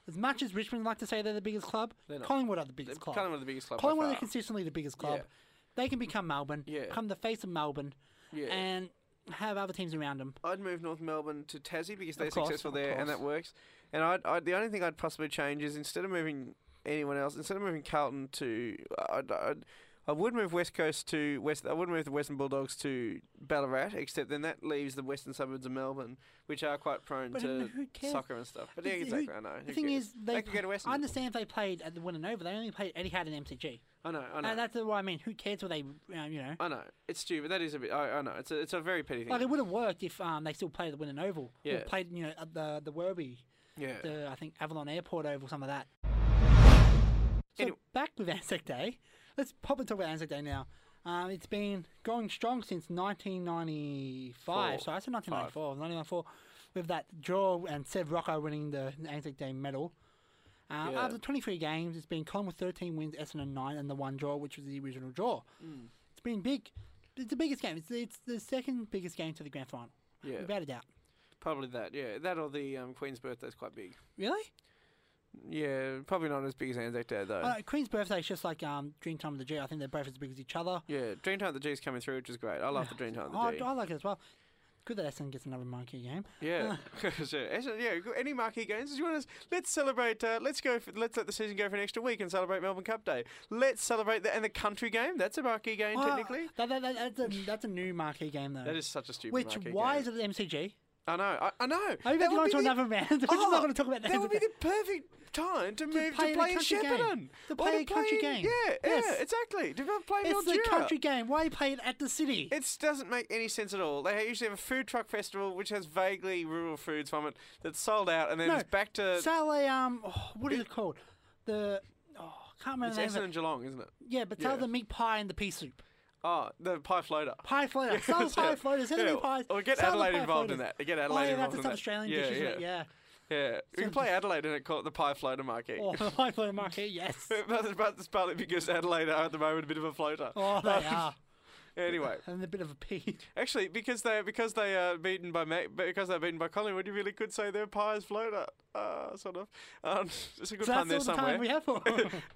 Speaker 1: As much as Richmond like to say they're the biggest club,
Speaker 7: They're not.
Speaker 1: Collingwood are the
Speaker 7: They're
Speaker 1: biggest club.
Speaker 7: Collingwood are the biggest club. by
Speaker 1: Collingwood are
Speaker 7: far.
Speaker 1: consistently the biggest club. They can become Melbourne,
Speaker 7: Yeah.
Speaker 1: become the face of Melbourne,
Speaker 7: Yeah.
Speaker 1: and have other teams around them.
Speaker 7: I'd move North Melbourne to Tassie because they're
Speaker 1: course,
Speaker 7: successful
Speaker 1: of
Speaker 7: there and
Speaker 1: course.
Speaker 7: that works. And I'd, I'd, the only thing I'd possibly change is instead of moving anyone else, instead of moving Carlton to, I'd, I'd, I would move West Coast to West. I would move the Western Bulldogs to Ballarat, except then that leaves the western suburbs of Melbourne, which are quite prone
Speaker 1: But
Speaker 7: to
Speaker 1: who cares?
Speaker 7: soccer and stuff. But yeah,
Speaker 1: It's- who-
Speaker 7: exactly. I know.
Speaker 1: The
Speaker 7: Who
Speaker 1: thing
Speaker 7: cares?
Speaker 1: is, they,
Speaker 7: could go to Western.
Speaker 1: I understand if they played at the Win and Over, they only played Etihad and MCG.
Speaker 7: I know. I know.
Speaker 1: And that's what I mean. Who cares what they, uh, you know?
Speaker 7: I know. It's stupid. That is a bit. I, I know. It's a, it's a very petty thing.
Speaker 1: Like it would have worked if um, they still played the Win and Oval.
Speaker 7: Yeah.
Speaker 1: Or played, you know, at the the Werribee,
Speaker 7: yeah.
Speaker 1: the I think Avalon Airport Oval, some of that. So
Speaker 7: Anyway.
Speaker 1: back with Anzac Day. Let's pop and talk about Anzac Day now. Um, it's been going strong since 1995.
Speaker 7: Four.
Speaker 1: So I said 1994, 1994, with that draw and Sev Rocco winning the Anzac Day medal. Um,
Speaker 7: Yeah.
Speaker 1: After 23 games, it's been Collingwood 13 wins, Essendon 9, and the one draw, which was the original draw.
Speaker 7: Mm.
Speaker 1: It's been big. It's the biggest game. It's, it's the second biggest game to the grand final,
Speaker 7: Yeah.
Speaker 1: without a doubt.
Speaker 7: Probably that. Yeah. That or the um, Queen's birthday's quite big.
Speaker 1: Really?
Speaker 7: Yeah. Probably not as big as Anzac Day though.
Speaker 1: Uh, Queen's birthday is just like um, Dreamtime of the G. I think they're both as big as each other.
Speaker 7: yeah. Dreamtime of the G's coming through, which is great. I love the Dreamtime of the
Speaker 1: I,
Speaker 7: G.
Speaker 1: I like it as well. Good that Essendon gets another monkey game.
Speaker 7: yeah. Sure. Actually, yeah. go- Any marquee games? Do you want us? Let's celebrate. Uh, let's go. For, let's let the season go for an extra week and celebrate Melbourne Cup Day. Let's celebrate the and the country game. That's a marquee game
Speaker 1: Oh,
Speaker 7: technically.
Speaker 1: that, that, that, that's, a, that's a new marquee game though.
Speaker 7: That is such a stupid.
Speaker 1: Which
Speaker 7: marquee
Speaker 1: why
Speaker 7: game.
Speaker 1: is it at MCG?
Speaker 7: I know. I, I know.
Speaker 1: Are you
Speaker 7: That
Speaker 1: about to
Speaker 7: would
Speaker 1: go
Speaker 7: be
Speaker 1: into
Speaker 7: the-
Speaker 1: another round? We're just not
Speaker 7: Oh,
Speaker 1: going to talk about that.
Speaker 7: That would be the perfect time to, move
Speaker 1: play
Speaker 7: to
Speaker 1: the
Speaker 7: play in
Speaker 1: country game.
Speaker 7: Shepparton.
Speaker 1: To
Speaker 7: Or
Speaker 1: play a country
Speaker 7: in-
Speaker 1: game.
Speaker 7: Yeah, yeah,
Speaker 1: Yes.
Speaker 7: exactly. To go play in
Speaker 1: It's the
Speaker 7: Mildura.
Speaker 1: country game. Why play it at the city?
Speaker 7: It doesn't make any sense at all. They usually have a food truck festival which has vaguely rural foods from it that's sold out and then it's back to.
Speaker 1: Saturday. Um, oh, what is it called? The oh, can't remember
Speaker 7: it's
Speaker 1: the name.
Speaker 7: Essendon
Speaker 1: of it.
Speaker 7: and Geelong, isn't it?
Speaker 1: Yeah, but tell
Speaker 7: yeah.
Speaker 1: the meat pie and the pea soup.
Speaker 7: Oh, the pie floater.
Speaker 1: Pie floater. Sell
Speaker 7: so-
Speaker 1: pie floaters. Sell
Speaker 7: yeah,
Speaker 1: the meat pies.
Speaker 7: or get
Speaker 1: sell the
Speaker 7: Adelaide
Speaker 1: pie
Speaker 7: involved in
Speaker 1: floaters.
Speaker 7: that. Get
Speaker 1: Oh,
Speaker 7: Adelaide
Speaker 1: yeah,
Speaker 7: involved
Speaker 1: that's
Speaker 7: in
Speaker 1: some
Speaker 7: that.
Speaker 1: Australian
Speaker 7: Yeah,
Speaker 1: dish, isn't it?
Speaker 7: yeah.
Speaker 1: Yeah.
Speaker 7: Yeah. We can
Speaker 1: Sounds-
Speaker 7: play Adelaide and it called the pie floater marquee.
Speaker 1: Oh, the pie floater market. Yes.
Speaker 7: but it's part- it's partly because Adelaide are at the moment a bit of a floater.
Speaker 1: Oh, they are.
Speaker 7: Anyway,
Speaker 1: And a bit of a pea.
Speaker 7: Actually, because they because they are beaten by Ma- because they're beaten by Collingwood, you really could say their pies float up, uh, sort of. Um, it's a good
Speaker 1: So
Speaker 7: pun
Speaker 1: that's
Speaker 7: there
Speaker 1: all the
Speaker 7: somewhere.
Speaker 1: time we have for.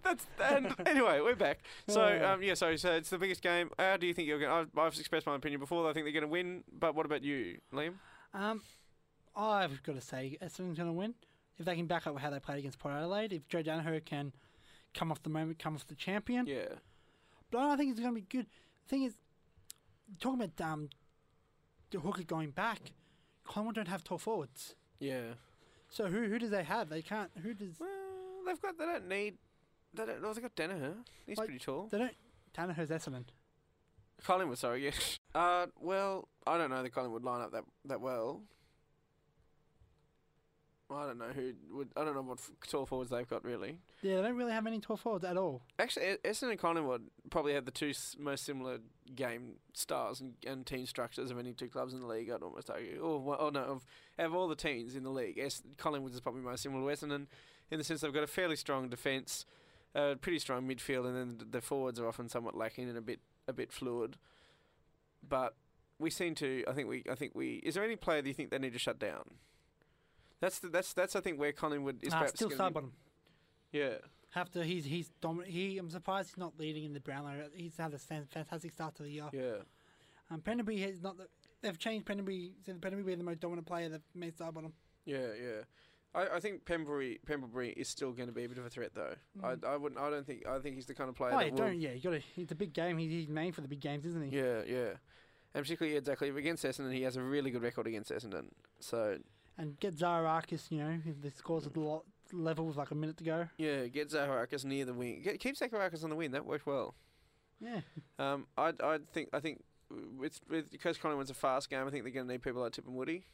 Speaker 7: that's and anyway, we're back. So
Speaker 1: Oh.
Speaker 7: um, yeah, sorry. So it's the biggest game. How do you think you're going? I've, I've expressed my opinion before. I think they're going to win. But what about you, Liam?
Speaker 1: Um, I've got to say, Essendon's going to win if they can back up how they played against Port Adelaide. If Joe Danaher can come off the moment, come off the champion.
Speaker 7: Yeah,
Speaker 1: But I don't think it's going to be good. The thing is, talking about um, the hooker going back, Collingwood don't have tall forwards.
Speaker 7: yeah.
Speaker 1: So who who do they have? They can't. Who does?
Speaker 7: Well, Uh, they've got. They don't need. They don't. Well, they got Danaher. He's
Speaker 1: Like-
Speaker 7: pretty tall.
Speaker 1: They don't. Danaher's Essendon.
Speaker 7: Collingwood, sorry. Yeah. Uh, well, I don't know the Collingwood line up that that well. I don't know who would. I don't know what f- tall forwards they've got really.
Speaker 1: Yeah, they don't really have any tall forwards at all.
Speaker 7: Actually, E- Essendon and Collingwood probably have the two s- most similar game styles and, and team structures of any two clubs in the league. I'd almost argue. Or, wha- oh no, of of all the teams in the league, es- Collingwood is probably most similar to Essendon in the sense they've got a fairly strong defence, a pretty strong midfield, and then th- the forwards are often somewhat lacking and a bit a bit fluid. But we seem to. I think we. I think we. Is there any player that you think they need to shut down? That's the, that's that's I think where Collingwood is
Speaker 1: Uh,
Speaker 7: perhaps
Speaker 1: still
Speaker 7: gonna
Speaker 1: side
Speaker 7: be-
Speaker 1: bottom.
Speaker 7: Yeah,
Speaker 1: After he's he's dominant. He I'm surprised he's not leading in the Brownlow. He's had a fan- fantastic start to the year.
Speaker 7: yeah.
Speaker 1: Um, Penderby has not. The, they've changed Penderby. Since Penderby being the most dominant player, they've made side bottom.
Speaker 7: Yeah, yeah. I, I think Pembury Pembury is still going to be a bit of a threat though. I, I wouldn't. I don't think. I think he's the kind of player.
Speaker 1: Mm. Oh,
Speaker 7: that
Speaker 1: yeah,
Speaker 7: will-
Speaker 1: don't. Yeah, you got to. It's a big game. He's, he's made for the big games, isn't he?
Speaker 7: Yeah, yeah. And particularly exactly against Essendon, he has a really good record against Essendon. So
Speaker 1: And get Zarakis. You know, if the scores at the lot level with like a minute to go.
Speaker 7: yeah, get Zaharakis near the wing. Get, keep Zaharakis on the wing. That worked well.
Speaker 1: Yeah.
Speaker 7: Um, I I think I think with with because Collingwood's a fast game, I think they're going to need people like Tip and Woody.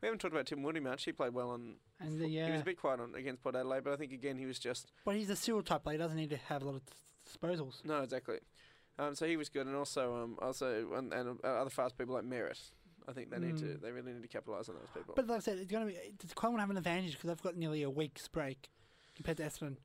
Speaker 7: We haven't talked about Tim Woody much. He played well on.
Speaker 1: And the,
Speaker 7: He was
Speaker 1: yeah,
Speaker 7: a bit quiet on against Port Adelaide, but I think again he was just
Speaker 1: but he's a serial type player. He doesn't need to have a lot of disposals.
Speaker 7: No, exactly. Um, so he was good, and also um, also and, and uh, other fast people like Merritt. I think they need to they really need to capitalise on those people.
Speaker 1: Hmm. But like I said, it's going to be. Does Collingwood have an advantage because they've got nearly a week's break compared to Essendon?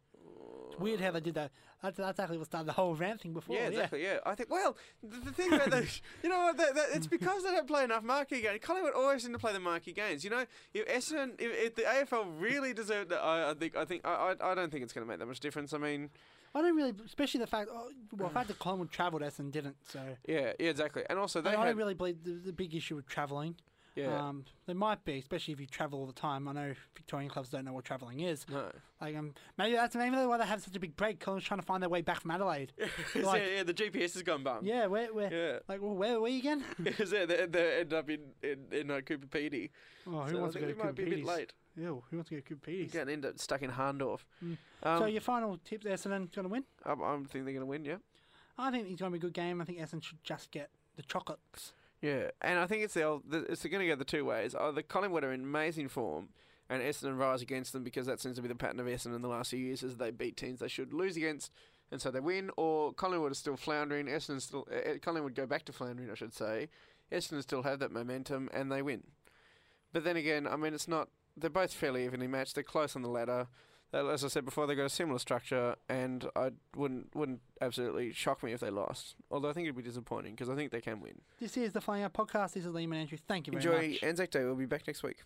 Speaker 1: It's weird how they did that. That's, that's actually what started the whole rant thing before.
Speaker 7: yeah, exactly. Yeah, I think. Well, the, the thing about the, you know, what, that, that, it's because they don't play enough marquee games. Collingwood always seem to play the marquee games. You know, if Essendon, if, if the AFL really deserved, the, I, I think, I think, I, I, I don't think it's going to make that much difference. I mean,
Speaker 1: I don't really, especially the fact. Oh, well, the fact that Collingwood travelled Essendon didn't. So
Speaker 7: yeah, yeah, exactly. And also they
Speaker 1: I, I
Speaker 7: had,
Speaker 1: don't really believe the, the big issue with travelling.
Speaker 7: yeah,
Speaker 1: Um, there might be, especially if you travel all the time. I know Victorian clubs don't know what travelling is.
Speaker 7: no.
Speaker 1: Like, um, maybe that's maybe that's why they have such a big break. Collingwood's trying to find their way back from Adelaide. like,
Speaker 7: yeah, yeah, the GPS has gone bum.
Speaker 1: yeah, where, where,
Speaker 7: Yeah.
Speaker 1: like, well, where were you again?
Speaker 7: because they, they, they end up in in, in uh, Cooper Pedy.
Speaker 1: Oh, who
Speaker 7: So I
Speaker 1: wants to
Speaker 7: think
Speaker 1: go to
Speaker 7: we might be a bit
Speaker 1: Cooper
Speaker 7: late.
Speaker 1: Ew, who wants to go to Cooper
Speaker 7: He's going to end up stuck in Harndorf.
Speaker 1: so
Speaker 7: Um,
Speaker 1: your final tips, Essendon going to win?
Speaker 7: I, I think they're going to win, yeah.
Speaker 1: I think it's going to be a good game. I think Essendon should just get the chocolates.
Speaker 7: Yeah, and I think it's the, old- the it's going to go the two ways. Oh, the Collingwood are in amazing form, and Essendon rise against them because that seems to be the pattern of Essendon in the last few years is they beat teams they should lose against, and so they win. Or Collingwood are still floundering. Essendon still uh, uh, Collingwood go back to floundering, I should say. Essendon still have that momentum and they win. But then again, I mean, it's not. They're both fairly evenly matched. They're close on the ladder. Uh, As I said before, they've got a similar structure, and I wouldn't wouldn't absolutely shock me if they lost. Although I think it'd be disappointing because I think they can win.
Speaker 1: This is the Flying Out Podcast. This is Liam and Andrew. Thank you very
Speaker 7: Enjoy
Speaker 1: much.
Speaker 7: Anzac Day. We'll be back next week.